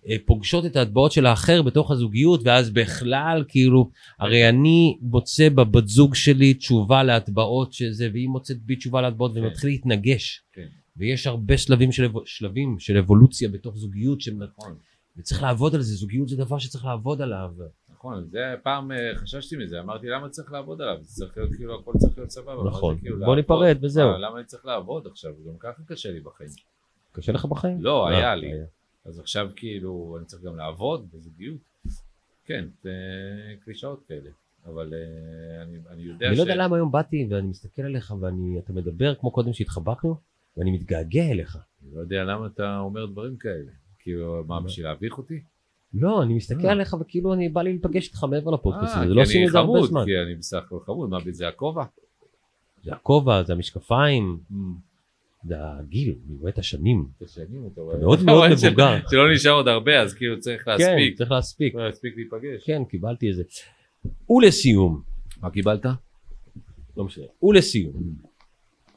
[SPEAKER 4] אה, פוגשות את ההטבעות של האחר בתוך הזוגיות, ואז בכלל, כאילו, הרי אני מוצא בבת זוג שלי תשובה להטבעות שזה, והיא מוצאת בי תשובה להטבעות,
[SPEAKER 5] כן.
[SPEAKER 4] ומתחיל להתנגש.
[SPEAKER 5] כן.
[SPEAKER 4] ויש הרבה שלבים של, אבו- שלבים של אבולוציה בתוך זוגיות, ש...
[SPEAKER 5] נכון,
[SPEAKER 4] וצריך לעבוד על זה, זוגיות זה דבר שצריך לעבוד עליו.
[SPEAKER 5] נכון, זה פעם אה, חששתי מזה, אמרתי למה צריך לעבוד עליו? זה צריך להיות כאילו, הכל צריך להיות סבבה. מה זה
[SPEAKER 4] נכון.
[SPEAKER 5] כאילו
[SPEAKER 4] בוא
[SPEAKER 5] לעבוד? לא.
[SPEAKER 4] ניפרד
[SPEAKER 5] מה,
[SPEAKER 4] וזהו.
[SPEAKER 5] למה אני צריך לעבוד עכשיו? גם ככה קשה לי בחיים.
[SPEAKER 4] קשה לך בחיים?
[SPEAKER 5] לא,
[SPEAKER 4] אה,
[SPEAKER 5] היה לי. אז עכשיו כאילו אני צריך גם לעבוד בזוגיות. כן, זה קלישאות כאלה. אבל אה, אני, אני יודע
[SPEAKER 4] אני לא יודע למה היום באתי ואני מסתכל עליך ואני, אתה מדבר כמו קודם שהתחבקנו ואני מתגעגע אליך.
[SPEAKER 5] אני לא יודע למה אתה אומר דברים כאלה. כאילו, מה, בשביל להביך אותי?
[SPEAKER 4] לא, אני מסתכל
[SPEAKER 5] אה.
[SPEAKER 4] עליך וכאילו אני בא לי להיפגש איתך מעבר לפודקאסט
[SPEAKER 5] אה,
[SPEAKER 4] הזה,
[SPEAKER 5] כי
[SPEAKER 4] לא
[SPEAKER 5] אני
[SPEAKER 4] עשינו את זה הרבה
[SPEAKER 5] חמוד,
[SPEAKER 4] זמן. Mm.
[SPEAKER 5] כי אני בסך הכל חמוד, מה, זה הכובע?
[SPEAKER 4] זה הכובע, זה המשקפיים, זה הגיל, אני רואה את השנים.
[SPEAKER 5] תשנים אותו.
[SPEAKER 4] אתה
[SPEAKER 5] אבל-
[SPEAKER 4] מאוד מאוד
[SPEAKER 5] אבל של-
[SPEAKER 4] מבוגר.
[SPEAKER 5] שלא נשאר עוד הרבה, אז כאילו צריך
[SPEAKER 4] כן,
[SPEAKER 5] להספיק.
[SPEAKER 4] צריך להספיק.
[SPEAKER 5] צריך להספיק להיפגש.
[SPEAKER 4] כן, קיבלתי את זה. ולסיום,
[SPEAKER 5] מה קיבלת?
[SPEAKER 4] לא משנה, ולסיום,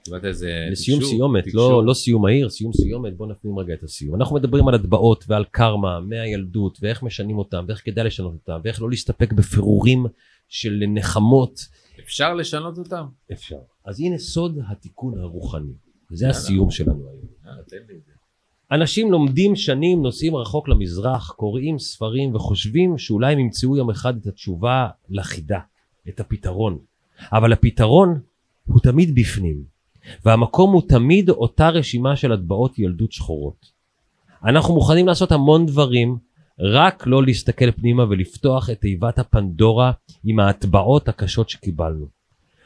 [SPEAKER 5] קיבלת איזה...
[SPEAKER 4] לסיום
[SPEAKER 5] תקשור-
[SPEAKER 4] סיומת,
[SPEAKER 5] תקשור.
[SPEAKER 4] לא, לא סיום מהיר, סיום סיומת, בוא נפנים רגע את הסיום. אנחנו מדברים על הטבעות ועל קרמה מהילדות, ואיך משנים אותם, ואיך כדאי לשנות אותם, ואיך לא להסתפק בפירורים של נחמות.
[SPEAKER 5] אפשר לשנות אותם?
[SPEAKER 4] אפשר. אז הנה סוד התיקון הרוחני. זה הסיום שלנו היום.
[SPEAKER 5] יאללה, אה, תן לי את זה.
[SPEAKER 4] אנשים לומדים שנים, נוסעים רחוק למזרח, קוראים ספרים וחושבים שאולי הם ימצאו יום אחד את התשובה לחידה, את הפתרון. אבל הפתרון הוא תמיד בפנים, והמקום הוא תמיד אותה רשימה של הטבעות ילדות שחורות. אנחנו מוכנים לעשות המון דברים, רק לא להסתכל פנימה ולפתוח את תיבת הפנדורה עם ההטבעות הקשות שקיבלנו.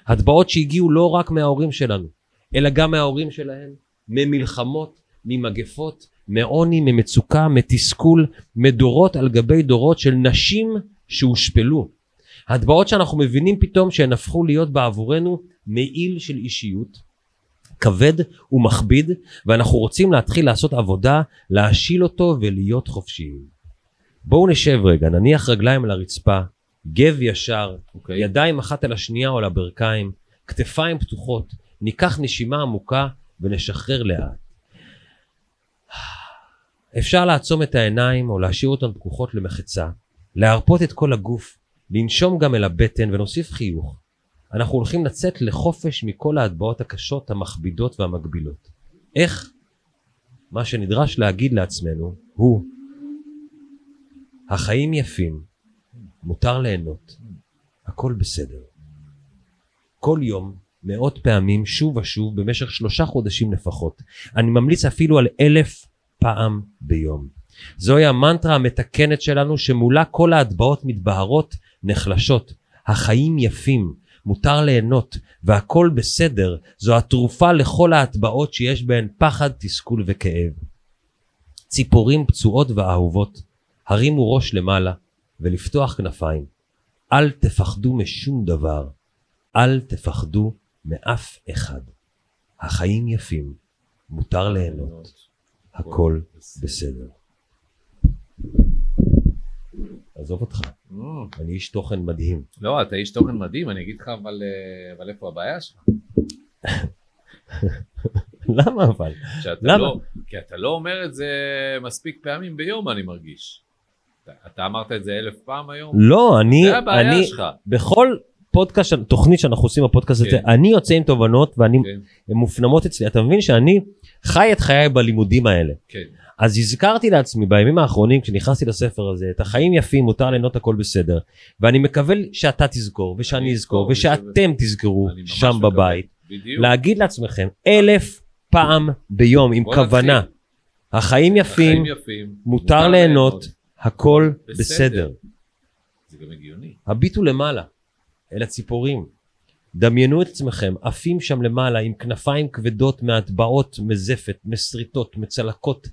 [SPEAKER 4] הטבעות שהגיעו לא רק מההורים שלנו, אלא גם מההורים שלהם, ממלחמות, ממגפות, מעוני, ממצוקה, מתסכול, מדורות על גבי דורות של נשים שהושפלו. הטבעות שאנחנו מבינים פתאום שהן הפכו להיות בעבורנו מעיל של אישיות, כבד ומכביד, ואנחנו רוצים להתחיל לעשות עבודה, להשיל אותו ולהיות חופשיים. בואו נשב רגע, נניח רגליים על הרצפה, גב ישר,
[SPEAKER 5] אוקיי.
[SPEAKER 4] ידיים אחת על השנייה או על הברכיים, כתפיים פתוחות, ניקח נשימה עמוקה ונשחרר לאט. אפשר לעצום את העיניים או להשאיר אותן פקוחות למחצה, להרפות את כל הגוף, לנשום גם אל הבטן ונוסיף חיוך. אנחנו הולכים לצאת לחופש מכל ההטבעות הקשות, המכבידות והמגבילות. איך? מה שנדרש להגיד לעצמנו הוא החיים יפים, מותר ליהנות, הכל בסדר. כל יום, מאות פעמים, שוב ושוב, במשך שלושה חודשים לפחות. אני ממליץ אפילו על אלף פעם ביום. זוהי המנטרה המתקנת שלנו, שמולה כל ההטבעות מתבהרות, נחלשות. החיים יפים, מותר ליהנות, והכל בסדר. זו התרופה לכל ההטבעות שיש בהן פחד, תסכול וכאב. ציפורים פצועות ואהובות, הרימו ראש למעלה, ולפתוח כנפיים. אל תפחדו משום דבר, אל תפחדו מאף אחד. החיים יפים, מותר
[SPEAKER 5] לא-
[SPEAKER 4] ליהנות, הכל בסדר. עזוב אותך,
[SPEAKER 5] Mm.
[SPEAKER 4] אני איש תוכן מדהים.
[SPEAKER 5] לא, אתה איש תוכן מדהים, אני אגיד לך אבל אה, אבל איפה הבעיה שלך.
[SPEAKER 4] למה אבל?
[SPEAKER 5] שאתה
[SPEAKER 4] למה?
[SPEAKER 5] לא, כי אתה לא אומר את זה מספיק פעמים ביום, אני מרגיש. אתה, אתה אמרת את זה אלף פעם היום?
[SPEAKER 4] לא, אני,
[SPEAKER 5] זה הבעיה
[SPEAKER 4] אני,
[SPEAKER 5] שלך.
[SPEAKER 4] בכל פודקאסט, תוכנית שאנחנו עושים בפודקאסט הזה,
[SPEAKER 5] כן.
[SPEAKER 4] אני יוצא עם תובנות ואני,
[SPEAKER 5] כן,
[SPEAKER 4] הן מופנמות אצלי. אתה מבין שאני חי את חיי בלימודים האלה.
[SPEAKER 5] כן.
[SPEAKER 4] אז הזכרתי לעצמי בימים האחרונים כשנכנסתי לספר הזה את החיים יפים מותר ליהנות הכל בסדר ואני מקווה שאתה תזכור
[SPEAKER 5] אני
[SPEAKER 4] ושאני
[SPEAKER 5] אזכור,
[SPEAKER 4] אזכור ושאתם
[SPEAKER 5] וזה-
[SPEAKER 4] תזכרו
[SPEAKER 5] אני ממש
[SPEAKER 4] שם
[SPEAKER 5] מקווה.
[SPEAKER 4] בבית
[SPEAKER 5] בדיוק.
[SPEAKER 4] להגיד לעצמכם אלף פעם ביום עם
[SPEAKER 5] בוא
[SPEAKER 4] כוונה
[SPEAKER 5] נתחיל.
[SPEAKER 4] החיים יפים
[SPEAKER 5] החיים יפים.
[SPEAKER 4] מותר ליהנות הכל
[SPEAKER 5] בסדר.
[SPEAKER 4] בסדר
[SPEAKER 5] זה גם הגיוני.
[SPEAKER 4] הביטו למעלה אל הציפורים דמיינו את עצמכם עפים שם למעלה עם כנפיים כבדות מהטבעות מזפת, מסריטות, מצלקות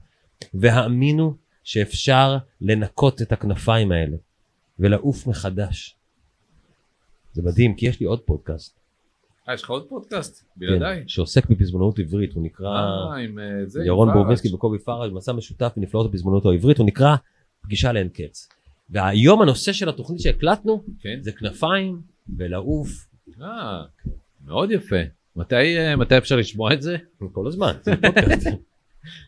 [SPEAKER 4] והאמינו שאפשר לנקות את הכנפיים האלה ולעוף מחדש. זה מדהים כי יש לי עוד פודקאסט
[SPEAKER 5] אה, יש לך עוד פודקאסט?
[SPEAKER 4] כן,
[SPEAKER 5] בלעדיי.
[SPEAKER 4] שעוסק בפזמונאות עברית הוא נקרא
[SPEAKER 5] אה, עם אה, זה, עם
[SPEAKER 4] ירון
[SPEAKER 5] פרש.
[SPEAKER 4] בורבינסקי וקובי פראג' מסע משותף מנפלאות הפזמונאות העברית הוא נקרא פגישה לאין קץ. והיום הנושא של התוכנית שהקלטנו
[SPEAKER 5] כן.
[SPEAKER 4] זה כנפיים ולעוף
[SPEAKER 5] אה, מאוד יפה. מתי אה, מתי אפשר לשמוע את זה?
[SPEAKER 4] כל הזמן, זה פודקאסט.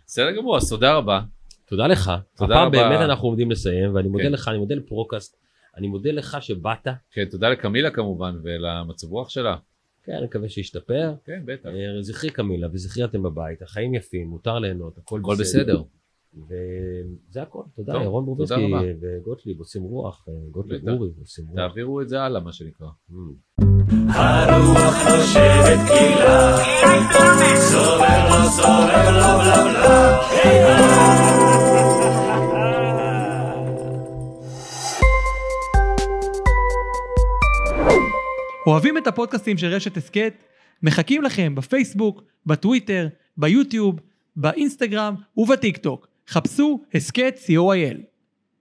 [SPEAKER 5] בסדר גמור, אז תודה רבה.
[SPEAKER 4] תודה לך.
[SPEAKER 5] תודה
[SPEAKER 4] הפעם
[SPEAKER 5] רבה.
[SPEAKER 4] באמת אנחנו עומדים לסיים, ואני מודה
[SPEAKER 5] כן.
[SPEAKER 4] לך, אני מודה לפרוקאסט, אני מודה לך שבאת.
[SPEAKER 5] כן, תודה לקמילה כמובן ולמצב רוח שלה.
[SPEAKER 4] כן, אני מקווה שישתפר.
[SPEAKER 5] כן, בטח.
[SPEAKER 4] אה, זכרי קמילה וזכרי אתם בבית, החיים יפים, מותר ליהנות, הכל
[SPEAKER 5] הכל
[SPEAKER 4] בסדר.
[SPEAKER 5] בסדר.
[SPEAKER 4] וזה הכל, תודה,
[SPEAKER 5] טוב,
[SPEAKER 4] ירון בורבינסקי
[SPEAKER 5] תודה רבה.
[SPEAKER 4] וגוטליב עושים רוח, אה, גוטליב
[SPEAKER 5] בטח.
[SPEAKER 4] אורי עושים רוח.
[SPEAKER 5] תעבירו את זה הלאה, מה שנקרא.
[SPEAKER 4] Mm.
[SPEAKER 2] אוהבים את הפודקאסטים של רשת הסכת? מחכים לכם בפייסבוק, בטוויטר, ביוטיוב, באינסטגרם ובטיקטוק. חפשו הסכת co.il.